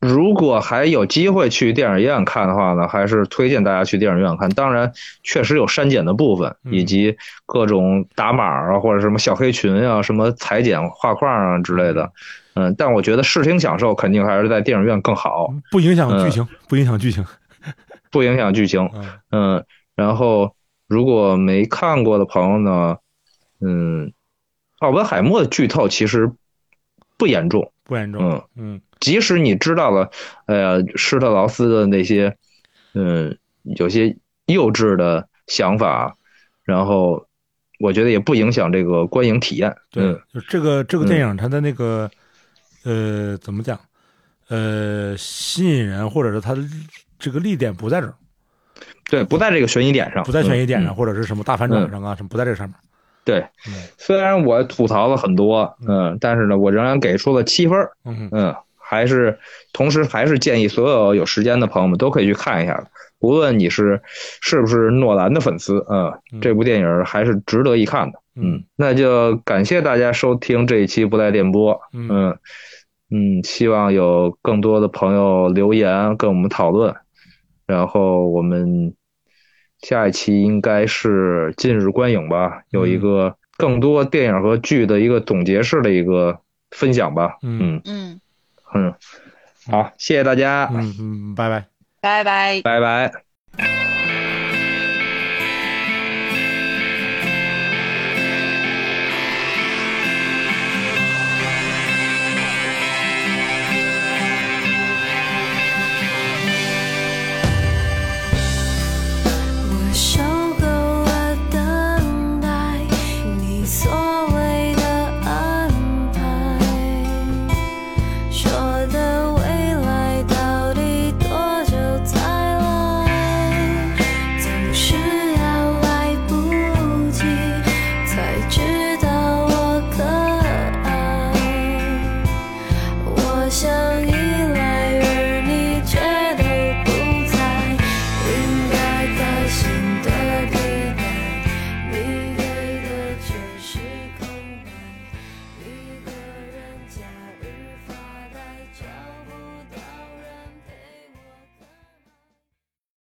A: 如果还有机会去电影院看的话呢，还是推荐大家去电影院看。当然，确实有删减的部分，
C: 嗯
A: 以及各种打码啊，或者什么小黑群啊、什么裁剪画框啊之类的。嗯，但我觉得视听享受肯定还是在电影院更好，
C: 不影响剧情，不影响剧情。
A: 不影响剧情。
C: 嗯
A: 嗯，然后如果没看过的朋友呢，嗯，奥本海默的剧透其实不严重，
C: 不严重。
A: 嗯。
C: 嗯
A: 即使你知道了，呃，施特劳斯的那些，嗯，有些幼稚的想法，然后我觉得也不影响这个观影体验。
C: 对
A: 嗯，
C: 就这个这个电影，它的那个呃，怎么讲？呃，吸引人，或者是它的这个利点不在这儿，
A: 对，不在这个悬疑点上，
C: 不在悬疑点
A: 嗯。
C: 上，
A: 嗯
C: 或者是什么大反转上啊，什么不在这上面。
A: 对
C: 嗯，
A: 虽然我吐槽了很多，嗯，但是呢，我仍然给出了七分儿，
C: 嗯，
A: 嗯，还是同时还是建议所有有时间的朋友们都可以去看一下的，无论你是是不是诺兰的粉丝，嗯，这部电影还是值得一看的。
C: 嗯，
A: 那就感谢大家收听这一期不带电波。
C: 嗯
A: 嗯嗯希望有更多的朋友留言跟我们讨论。然后我们下一期应该是近日观影吧，有
C: 嗯
A: 一个更多电影和剧的一个总结式的一个分享吧。
C: 嗯
A: 嗯
B: 嗯，
A: 嗯，好，谢谢大家，
C: 嗯嗯，拜拜。
B: 拜拜。
A: 拜拜。
D: 我受够了等待，你所